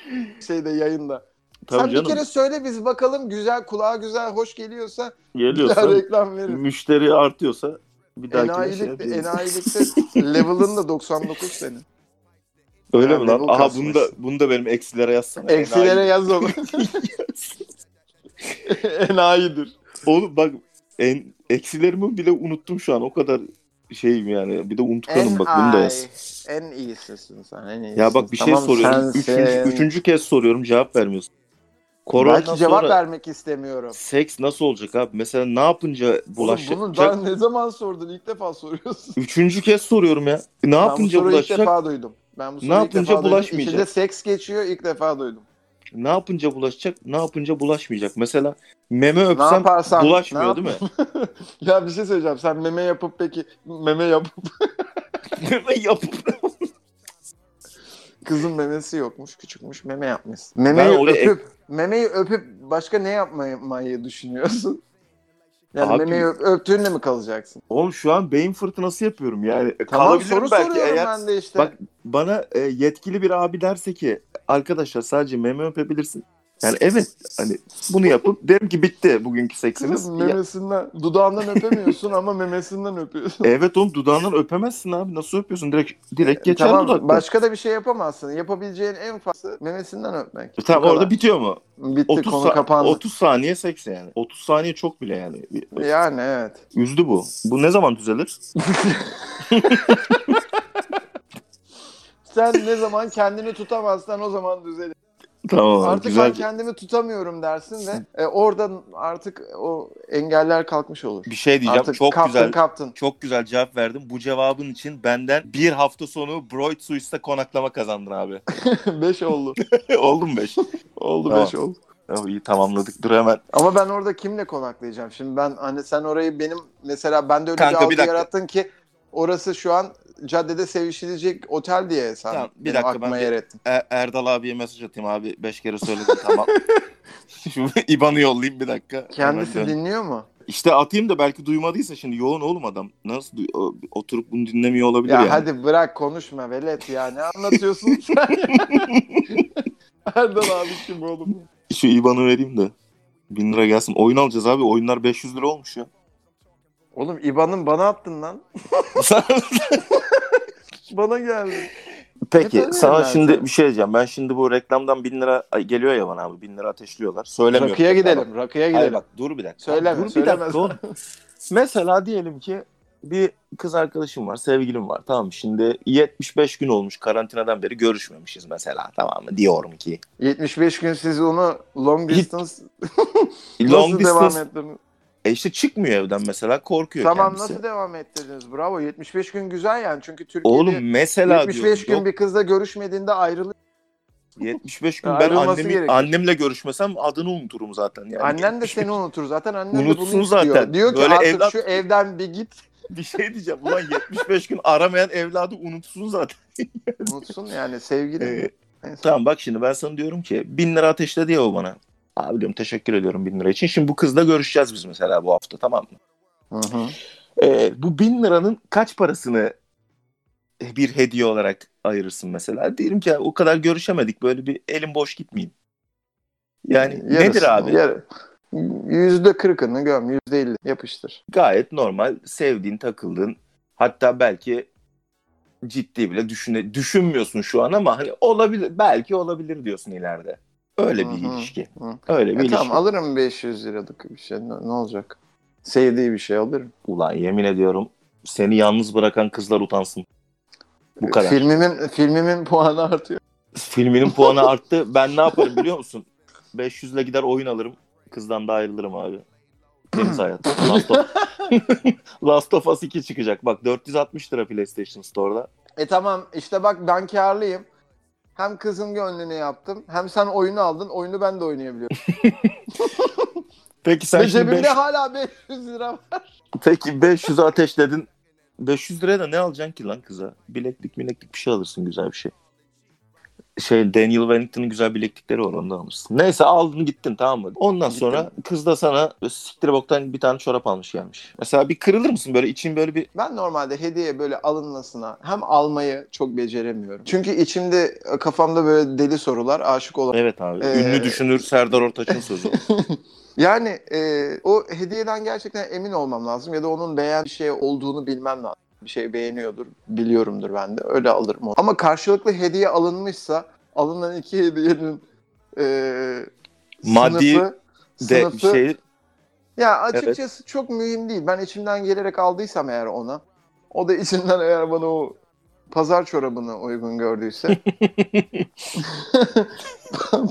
Speaker 1: şeyde yayında?
Speaker 2: Tabii
Speaker 1: sen
Speaker 2: canım.
Speaker 1: bir kere söyle biz bakalım güzel kulağa güzel hoş geliyorsa bir daha
Speaker 2: Geliyorsa
Speaker 1: reklam veririz.
Speaker 2: müşteri artıyorsa bir dahaki şey
Speaker 1: Enayilik,
Speaker 2: yapıyoruz.
Speaker 1: enayilikte level'ın da 99 senin.
Speaker 2: Öyle
Speaker 1: Yani
Speaker 2: mi lan?
Speaker 1: bu
Speaker 2: Aha
Speaker 1: kasmış.
Speaker 2: bunu da, bunu da benim eksilere yazsana.
Speaker 1: Eksilere
Speaker 2: Enayi.
Speaker 1: yaz onu. Enayidir.
Speaker 2: Oğlum bak en, eksilerimi bile unuttum şu an. O kadar şeyim yani. Bir de unutkanım bak bunu da yaz.
Speaker 1: En iyisisin sen. En iyisisin.
Speaker 2: Ya bak bir şey
Speaker 1: Tamam,
Speaker 2: soruyorum.
Speaker 1: sensin.
Speaker 2: Üçüncü, üçüncü kez soruyorum cevap vermiyorsun. Koronadan
Speaker 1: Belki cevap
Speaker 2: sonra
Speaker 1: vermek istemiyorum.
Speaker 2: seks nasıl olacak abi? Mesela ne yapınca bulaşacak?
Speaker 1: Oğlum bunu daha ne zaman sordun? İlk defa soruyorsun.
Speaker 2: Üçüncü kez soruyorum ya. Ne
Speaker 1: ben bu
Speaker 2: yapınca
Speaker 1: soruyu
Speaker 2: bulaşacak?
Speaker 1: ilk defa duydum. Ben bu soruyu
Speaker 2: Ne
Speaker 1: ilk defa
Speaker 2: yapınca
Speaker 1: duydum.
Speaker 2: bulaşmayacak?
Speaker 1: İçinde seks geçiyor ilk defa duydum.
Speaker 2: Ne yapınca bulaşacak? Ne yapınca bulaşmayacak? Mesela meme
Speaker 1: ne
Speaker 2: öpsem
Speaker 1: yaparsan
Speaker 2: bulaşmıyor
Speaker 1: ne yap-
Speaker 2: değil mi?
Speaker 1: ya bir şey söyleyeceğim. Sen meme yapıp peki meme yapıp
Speaker 2: meme yapıp
Speaker 1: kızın memesi yokmuş, küçükmüş. Meme yapmışsın. Memeyi
Speaker 2: Ben oraya-
Speaker 1: öpüp memeyi öpüp başka ne yapmayı düşünüyorsun? Yani
Speaker 2: Abi-
Speaker 1: memeyi öp- öptüğünle mi kalacaksın?
Speaker 2: Oğlum şu an beyin fırtınası yapıyorum yani.
Speaker 1: Tamam
Speaker 2: Kalabilirim
Speaker 1: soru
Speaker 2: belki
Speaker 1: soruyorum
Speaker 2: eğer
Speaker 1: ben de işte.
Speaker 2: Bak- bana e, yetkili bir abi derse ki arkadaşlar sadece meme öpebilirsin. Yani evet hani bunu yapıp derim ki bitti bugünkü seksimiz.
Speaker 1: Kız
Speaker 2: Ya-
Speaker 1: memesinden, dudağından öpemiyorsun ama memesinden öpüyorsun.
Speaker 2: Evet oğlum dudağından öpemezsin abi. Nasıl öpüyorsun? Direkt direkt geçer
Speaker 1: E, tamam
Speaker 2: dudaktan.
Speaker 1: başka da bir şey yapamazsın. Yapabileceğin en fazla memesinden öpmek. Bu
Speaker 2: E, Tamam
Speaker 1: kadar.
Speaker 2: orada bitiyor mu?
Speaker 1: bitti
Speaker 2: 30,
Speaker 1: konu
Speaker 2: sa-
Speaker 1: kapandı.
Speaker 2: 30 saniye seks yani. 30 saniye çok bile yani.
Speaker 1: Yani evet.
Speaker 2: Üzdü bu. Bu ne zaman düzelir?
Speaker 1: Sen ne zaman kendini tutamazsan o zaman düzelir.
Speaker 2: Tamam
Speaker 1: Artık
Speaker 2: güzel.
Speaker 1: ben kendimi tutamıyorum dersin ve e, oradan artık o engeller kalkmış olur.
Speaker 2: Bir şey diyeceğim.
Speaker 1: Artık
Speaker 2: çok
Speaker 1: kaptın
Speaker 2: güzel.
Speaker 1: kaptın.
Speaker 2: Çok güzel cevap verdim. Bu cevabın için benden bir hafta sonu Broid Suiss'te konaklama kazandın abi.
Speaker 1: 5 oldu.
Speaker 2: Oldu mu beş?
Speaker 1: Oldu 5
Speaker 2: Tamam.
Speaker 1: oldu.
Speaker 2: Oh, iyi tamamladık. Dur hemen.
Speaker 1: Ama ben orada kimle konaklayacağım? Şimdi ben hani sen orayı benim mesela ben de öyle
Speaker 2: Kanka,
Speaker 1: bir algı
Speaker 2: bir dakika.
Speaker 1: yarattın ki orası şu an caddede sevişilecek otel diye sen
Speaker 2: Tamam, bir
Speaker 1: benim
Speaker 2: dakika,
Speaker 1: aklıma
Speaker 2: ben bir-
Speaker 1: yer ettin.
Speaker 2: E- Erdal abiye mesaj atayım abi. Beş kere söyledim tamam. Şu İban'ı yollayayım bir dakika. Hemen
Speaker 1: Kendisi
Speaker 2: dön.
Speaker 1: dinliyor mu?
Speaker 2: İşte atayım da belki duymadıysa şimdi yoğun oğlum adam. Nasıl duy- o- oturup bunu dinlemiyor olabilir
Speaker 1: Ya
Speaker 2: yani.
Speaker 1: hadi bırak konuşma velet ya ne anlatıyorsun sen? Erdal abi kim oğlum?
Speaker 2: Şu İban'ı vereyim de. Bin lira gelsin. Oyun alacağız abi. Oyunlar 500 lira olmuş ya.
Speaker 1: Oğlum İban'ın bana attın lan. Bana geldi.
Speaker 2: Peki
Speaker 1: tanıyorum
Speaker 2: sana
Speaker 1: ben
Speaker 2: şimdi
Speaker 1: seni.
Speaker 2: bir şey diyeceğim. Ben şimdi bu reklamdan bin lira ay, geliyor ya bana abi. Bin lira ateşliyorlar. Söylemiyorum.
Speaker 1: Rakıya gidelim rakıya
Speaker 2: Hayır
Speaker 1: gidelim.
Speaker 2: bak dur bir dakika.
Speaker 1: Söyleme,
Speaker 2: dur bir
Speaker 1: söyleme.
Speaker 2: dakika oğlum. Mesela diyelim ki bir kız arkadaşım var, sevgilim var. Tamam şimdi 75 gün olmuş karantinadan beri görüşmemişiz mesela tamam mı? Diyorum ki.
Speaker 1: 75 gün siz onu long
Speaker 2: Git-
Speaker 1: distance nasıl
Speaker 2: Long
Speaker 1: devam
Speaker 2: distance.
Speaker 1: ettirdiniz?
Speaker 2: E işte çıkmıyor evden mesela korkuyor
Speaker 1: Tamam
Speaker 2: kendisi.
Speaker 1: nasıl devam ettirdiniz? Bravo 75 gün güzel yani çünkü Türkiye'de
Speaker 2: Oğlum mesela
Speaker 1: 75 gün
Speaker 2: diyorum,
Speaker 1: bir kızla görüşmediğinde ayrılıyor.
Speaker 2: yok, 75 gün ben
Speaker 1: Ayrılması
Speaker 2: annemi,
Speaker 1: gerekiyor.
Speaker 2: annemle görüşmesem adını unuturum zaten. Yani
Speaker 1: Annen de
Speaker 2: 75
Speaker 1: seni unutur zaten annen de
Speaker 2: Unutsun
Speaker 1: bunu istiyor.
Speaker 2: zaten.
Speaker 1: Diyor ki
Speaker 2: Böyle
Speaker 1: artık
Speaker 2: evlat-
Speaker 1: şu evden bir git
Speaker 2: Bir şey diyeceğim. Ulan 75 gün aramayan evladı unutsun zaten.
Speaker 1: unutsun yani sevgili.
Speaker 2: Ee,
Speaker 1: Neyse.
Speaker 2: Tamam bak şimdi ben sana diyorum ki bin lira ateşle diye o bana. Abi diyorum teşekkür ediyorum bin lira için. Şimdi bu kızla görüşeceğiz biz mesela bu hafta tamam mı?
Speaker 1: Hı hı.
Speaker 2: Ee, bu bin liranın kaç parasını bir hediye olarak ayırırsın mesela? Diyelim ki "Ya o kadar görüşemedik böyle bir elim boş gitmeyeyim. Yani nedir abi?
Speaker 1: Yarı. Yüzde kırkını göm, yüzde elli yapıştır.
Speaker 2: Gayet normal sevdiğin takıldığın hatta belki ciddi bile düşüne, düşünmüyorsun şu an ama hani olabilir belki olabilir diyorsun ileride. Öyle bir
Speaker 1: Hı hı.
Speaker 2: ilişki.
Speaker 1: Hı.
Speaker 2: Öyle bir
Speaker 1: Ya
Speaker 2: ilişki.
Speaker 1: tamam alırım 500 liralık bir şey ne, ne olacak? Sevdiği bir şey alırım.
Speaker 2: Ulan yemin ediyorum seni yalnız bırakan kızlar utansın.
Speaker 1: Ee,
Speaker 2: Bu kadar.
Speaker 1: Filmimin filmimin puanı artıyor.
Speaker 2: Filminin puanı arttı. Ben ne yaparım biliyor musun? 500 ile gider oyun alırım. Kızdan da ayrılırım abi. Deniz hayatı. Last of, Last of Us 2 çıkacak. Bak 460 lira PlayStation Store'da.
Speaker 1: E tamam işte bak ben karlıyım. Hem kızın gönlünü yaptım hem sen oyunu aldın. Oyunu ben de oynayabiliyorum.
Speaker 2: Peki sen
Speaker 1: Ve
Speaker 2: şimdi
Speaker 1: cebimde
Speaker 2: beş-
Speaker 1: hala 500 lira var.
Speaker 2: peki 500'ü ateşledin. 500 liraya da ne alacaksın ki lan kıza? Bileklik bileklik bir şey alırsın güzel bir şey. Şey Daniel Wellington'ın güzel bileklikleri var ondan alırsın. Neyse aldın gittin tamam mı? Ondan
Speaker 1: Gittim.
Speaker 2: sonra kız da sana siktir boktan bir tane çorap almış gelmiş. Mesela bir kırılır mısın böyle için böyle bir
Speaker 1: Ben normalde hediye böyle alınmasına hem almayı çok beceremiyorum. Çünkü içimde kafamda böyle deli sorular aşık olan.
Speaker 2: Evet abi.
Speaker 1: Ee,
Speaker 2: Ünlü düşünür Serdar Ortaç'ın sözü.
Speaker 1: Yani e, o hediyeden gerçekten emin olmam lazım ya da onun beğen bir şey olduğunu bilmem lazım. Bir şey beğeniyordur, biliyorumdur ben de. Öyle alırım onu. Ama karşılıklı hediye alınmışsa alınan iki hediyenin e,
Speaker 2: Maddi
Speaker 1: sınıfı,
Speaker 2: De bir
Speaker 1: sınıfı
Speaker 2: şey
Speaker 1: ya açıkçası çok mühim değil. Ben içimden gelerek aldıysam eğer ona, o da içinden eğer bana o pazar çorabını uygun gördüyse.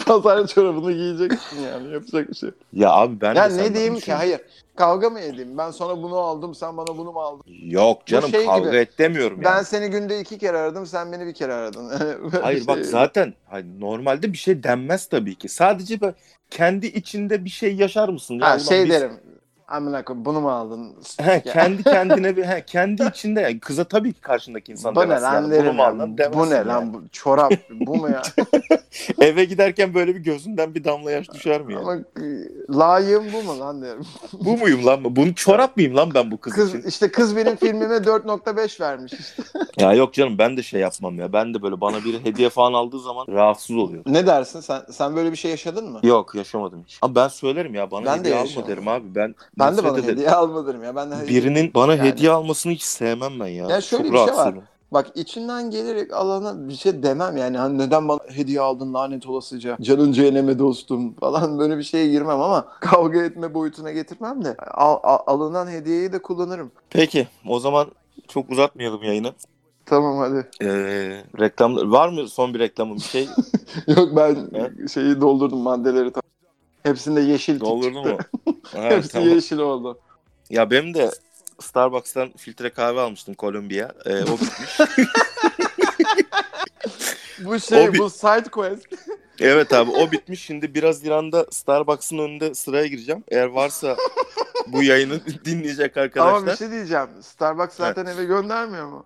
Speaker 1: pazar çorabını giyeceksin yani yapacak bir şey. yok.
Speaker 2: ya abi ben
Speaker 1: Ya
Speaker 2: de
Speaker 1: ne
Speaker 2: senden
Speaker 1: diyeyim ki
Speaker 2: düşünüyorum.
Speaker 1: hayır. Kavga mı edeyim? Ben sana bunu aldım, sen bana bunu mu aldın?
Speaker 2: Yok canım
Speaker 1: şey
Speaker 2: kavga
Speaker 1: gibi.
Speaker 2: et demiyorum
Speaker 1: Ben
Speaker 2: ya.
Speaker 1: seni günde iki kere aradım, sen beni bir kere aradın. Böyle
Speaker 2: Hayır
Speaker 1: bir
Speaker 2: bak
Speaker 1: şey.
Speaker 2: zaten hani normalde bir şey denmez tabii ki. Sadece böyle kendi içinde bir şey yaşar mısın? Ya
Speaker 1: Ha,
Speaker 2: ulan
Speaker 1: şey
Speaker 2: biz-
Speaker 1: derim. Amına koyayım bunu mu aldın?
Speaker 2: He,
Speaker 1: Ya.
Speaker 2: kendi kendine bir he, kendi içinde yani kıza tabii ki karşındaki insan
Speaker 1: Bu ne
Speaker 2: demez
Speaker 1: lan
Speaker 2: yani.
Speaker 1: derim.
Speaker 2: Bunu mu
Speaker 1: ya.
Speaker 2: aldın demezsin
Speaker 1: Bu ne
Speaker 2: yani.
Speaker 1: lan bu çorap bu mu ya?
Speaker 2: Eve giderken böyle bir gözünden bir damla yaş düşer mi yani?
Speaker 1: Ama e, layığım bu mu lan derim.
Speaker 2: Bu muyum lan? Bunu çorap mıyım lan ben bu kız,
Speaker 1: Kız
Speaker 2: için?
Speaker 1: işte kız benim filmime 4.5 vermiş işte.
Speaker 2: Ya yok canım ben de şey yapmam ya. Ben de böyle bana bir hediye falan aldığı zaman rahatsız oluyorum.
Speaker 1: Ne dersin sen sen böyle bir şey yaşadın mı?
Speaker 2: Yok yaşamadım hiç. Ama ben söylerim ya bana
Speaker 1: Ben de
Speaker 2: hediye alma
Speaker 1: yaşamadım.
Speaker 2: derim abi. Ben,
Speaker 1: Ben de
Speaker 2: nefret
Speaker 1: bana
Speaker 2: ederim.
Speaker 1: hediye almadım ya. Ben de hediye-
Speaker 2: Birinin bana
Speaker 1: Yani-
Speaker 2: hediye almasını hiç sevmem ben ya.
Speaker 1: Ya şöyle
Speaker 2: Çok
Speaker 1: bir şey
Speaker 2: rahatsız
Speaker 1: var.
Speaker 2: olurum.
Speaker 1: Bak içinden gelerek alana bir şey demem yani hani neden bana hediye aldın lanet olasıca canın cehenneme dostum falan böyle bir şeye girmem ama kavga etme boyutuna getirmem de al- al- alınan hediyeyi de kullanırım.
Speaker 2: Peki o zaman çok uzatmayalım yayını.
Speaker 1: Tamam hadi.
Speaker 2: Ee, reklam var mı son bir reklamın bir şey?
Speaker 1: Yok ben
Speaker 2: Evet.
Speaker 1: şeyi doldurdum maddeleri tam. Hepsinde yeşil tip
Speaker 2: Doldurdu
Speaker 1: çıktı.
Speaker 2: mu? Ha,
Speaker 1: Hepsi
Speaker 2: tamam.
Speaker 1: yeşil oldu.
Speaker 2: Ya benim de Starbucks'tan filtre kahve almıştım Kolombiya. Ee, o bitmiş.
Speaker 1: Bu şey
Speaker 2: O bir-
Speaker 1: bu side quest.
Speaker 2: evet abi o bitmiş. Şimdi biraz İran'da Starbucks'ın önünde sıraya gireceğim. Eğer varsa bu yayını dinleyecek arkadaşlar.
Speaker 1: şey Ama bir şey diyeceğim. Starbucks zaten eve göndermiyor mu?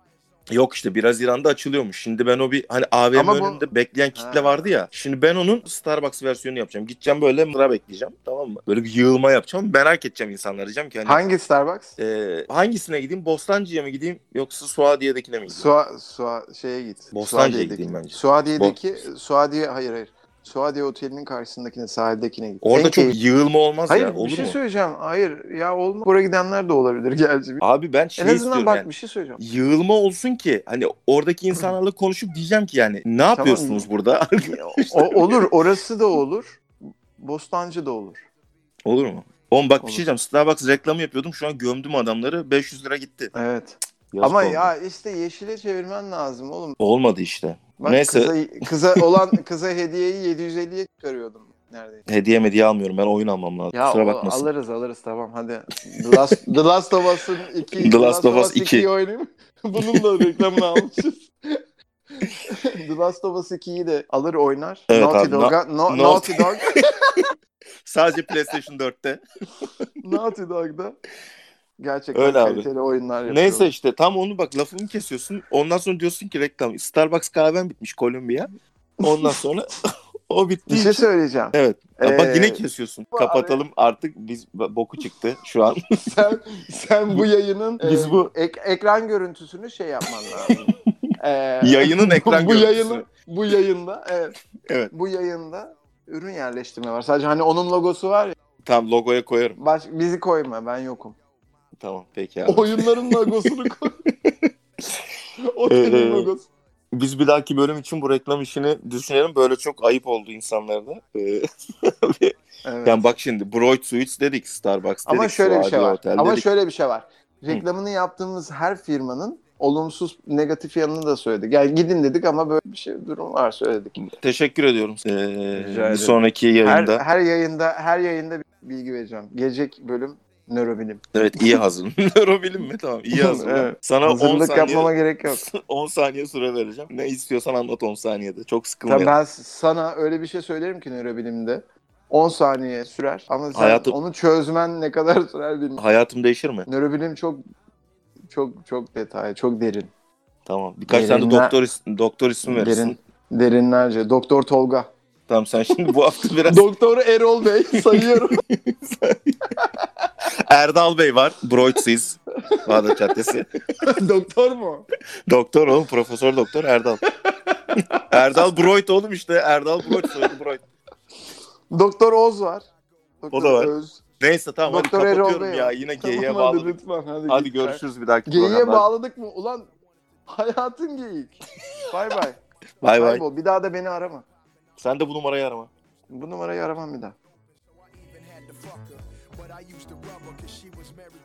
Speaker 2: Yok işte biraz İran'da açılıyormuş. Şimdi ben o bir hani AVM
Speaker 1: Ama bu-
Speaker 2: önünde bekleyen kitle
Speaker 1: Ha.
Speaker 2: vardı ya. Şimdi ben onun Starbucks versiyonu yapacağım. Gideceğim böyle mıra bekleyeceğim tamam mı? Böyle bir yığılma yapacağım. Merak edeceğim insanları diyeceğim ki hani
Speaker 1: Hangi Starbucks?
Speaker 2: e, hangisine gideyim? Bostancı'ya mı gideyim yoksa Suadiye'dekine mi gideyim?
Speaker 1: Sua, Sua, şeye git.
Speaker 2: Bostancı'ya
Speaker 1: Suadiye'deki-
Speaker 2: gideyim bence.
Speaker 1: Suadiye'deki, Suadiye, hayır hayır. Suadiye Oteli'nin karşısındakine, sahildekine git.
Speaker 2: Orada
Speaker 1: En
Speaker 2: çok
Speaker 1: keyif-
Speaker 2: yığılma olmaz
Speaker 1: Hayır
Speaker 2: ya.
Speaker 1: bir
Speaker 2: Olur
Speaker 1: şey
Speaker 2: mu?
Speaker 1: söyleyeceğim. Hayır ya olma. Buraya gidenler de olabilir gerçi.
Speaker 2: Abi ben
Speaker 1: En
Speaker 2: şey
Speaker 1: azından
Speaker 2: istiyorum
Speaker 1: bak
Speaker 2: yani.
Speaker 1: bir şey söyleyeceğim.
Speaker 2: Yığılma olsun ki hani oradaki insanlarla konuşup diyeceğim ki yani ne yapıyorsunuz burada?
Speaker 1: O, olur orası da olur. Bostancı da olur.
Speaker 2: Olur mu? Oğlum bak bir
Speaker 1: Olur.
Speaker 2: şey diyeceğim. Starbucks reklamı yapıyordum. Şu an gömdüm adamları. 500 lira gitti.
Speaker 1: Evet.
Speaker 2: Yazık
Speaker 1: Ama
Speaker 2: oldu.
Speaker 1: ya işte yeşile çevirmen lazım oğlum.
Speaker 2: Olmadı işte.
Speaker 1: Bak
Speaker 2: Neyse.
Speaker 1: Kıza, kıza olan kıza hediyeyi 750'ye çıkarıyordum neredeyse.
Speaker 2: Hediye mediye almıyorum. Ben oyun almam lazım.
Speaker 1: Ya
Speaker 2: Kusura
Speaker 1: o-
Speaker 2: bakmasın.
Speaker 1: alırız alırız tamam hadi. The Last, The Last of Us'ın 2
Speaker 2: The Last of Us 2.
Speaker 1: oynayayım. Bunun da reklamını almışız. The Last of Us 2'yi de alır oynar.
Speaker 2: Evet
Speaker 1: Naughty
Speaker 2: abi, na-
Speaker 1: Dog'a, no,
Speaker 2: Naughty-
Speaker 1: Naughty Dog,
Speaker 2: Sadece PlayStation 4'te.
Speaker 1: Naughty Dog'da gerçekten
Speaker 2: Öyle abi.
Speaker 1: kaliteli oyunlar yapıyor.
Speaker 2: Neyse işte tam onu bak lafımı kesiyorsun. Ondan sonra diyorsun ki reklam. Starbucks kahven bitmiş Kolombiya. Ondan sonra o bitti.
Speaker 1: bir şey söyleyeceğim.
Speaker 2: Evet. Ya bak
Speaker 1: Ee,
Speaker 2: yine kesiyorsun.
Speaker 1: bu
Speaker 2: Kapatalım artık biz boku çıktı şu an.
Speaker 1: sen sen bu yayının
Speaker 2: Biz
Speaker 1: e,
Speaker 2: bu-
Speaker 1: ek- ekran görüntüsünü şey yapman lazım. Ee,
Speaker 2: Yayının ekran
Speaker 1: bu
Speaker 2: görüntüsü.
Speaker 1: yayını bu yayında evet.
Speaker 2: Evet.
Speaker 1: Bu yayında ürün yerleştirme var. Sadece hani onun logosu var ya.
Speaker 2: Tam logoya koyarım.
Speaker 1: Baş, bizi koyma ben yokum.
Speaker 2: Tamam peki abi.
Speaker 1: Oyunların logosunu koy. o
Speaker 2: Ee,
Speaker 1: senin logosu.
Speaker 2: Biz bir dahaki bölüm için bu reklam işini düşünelim. Böyle çok ayıp oldu insanlarda. Ee,
Speaker 1: Evet.
Speaker 2: Yani bak şimdi Broad Suits dedik, Starbucks dedik.
Speaker 1: ama şöyle bir şey
Speaker 2: Suadiye
Speaker 1: var.
Speaker 2: Otel
Speaker 1: Ama
Speaker 2: dedik.
Speaker 1: şöyle bir şey var. Reklamını yaptığımız her firmanın olumsuz negatif yanını da söyledik. Yani gidin dedik ama böyle bir şey durum var söyledik.
Speaker 2: Teşekkür ediyorum. Ee,
Speaker 1: ederim.
Speaker 2: bir sonraki
Speaker 1: Her,
Speaker 2: yayında.
Speaker 1: her yayında her yayında bir bilgi vereceğim. Gelecek bölüm nörobilim.
Speaker 2: Evet iyi hazırlan. Nörobilim mi? Tamam iyi hazırlan.
Speaker 1: Evet.
Speaker 2: Sana 10
Speaker 1: Hazırlık
Speaker 2: saniye,
Speaker 1: yapmama gerek yok.
Speaker 2: 10 saniye süre vereceğim. Ne istiyorsan anlat 10 saniyede. Çok
Speaker 1: Tabii
Speaker 2: sıkılmayalım.
Speaker 1: ben sana öyle bir şey söylerim ki nörobilimde. 10 saniye sürer ama sen
Speaker 2: Hayatım-
Speaker 1: onu çözmen ne kadar sürer bilmiyorum.
Speaker 2: Hayatım değişir mi?
Speaker 1: Nörobilim çok çok çok detay, çok derin.
Speaker 2: Tamam. Birkaç tane de
Speaker 1: Derinler-
Speaker 2: doktor, is- doktor ismi verirsin.
Speaker 1: Derin derinlerce. Doktor Tolga.
Speaker 2: Tamam sen şimdi bu hafta biraz
Speaker 1: Doktor Erol Bey sayıyorum.
Speaker 2: Erdal Bey var. Broitsiz. Bağdat Caddesi.
Speaker 1: Doktor mu?
Speaker 2: Doktor oğlum. Profesör Doktor Erdal. Erdal Broit oğlum işte. Erdal Broit. Soyadı Broit.
Speaker 1: Doktor Oz var. Doktor
Speaker 2: O da var.
Speaker 1: Öz.
Speaker 2: Neyse tamam
Speaker 1: Doktor
Speaker 2: hadi
Speaker 1: Erol
Speaker 2: kapatıyorum
Speaker 1: Bey
Speaker 2: ya.
Speaker 1: var.
Speaker 2: Yine
Speaker 1: Tamam,
Speaker 2: geyiğe
Speaker 1: hadi
Speaker 2: bağladık.
Speaker 1: lütfen, hadi,
Speaker 2: Hadi
Speaker 1: git sen.
Speaker 2: görüşürüz bir dahaki
Speaker 1: Geyiğe
Speaker 2: programda.
Speaker 1: bağladık mı? Ulan hayatın geyik. Bay bay.
Speaker 2: Bay bay.
Speaker 1: Kaybol. Bir daha da beni arama.
Speaker 2: Sen de bu numarayı arama.
Speaker 1: Bu numarayı aramam bir daha.
Speaker 3: even had to fuck her. But I used to rub her 'cause she was married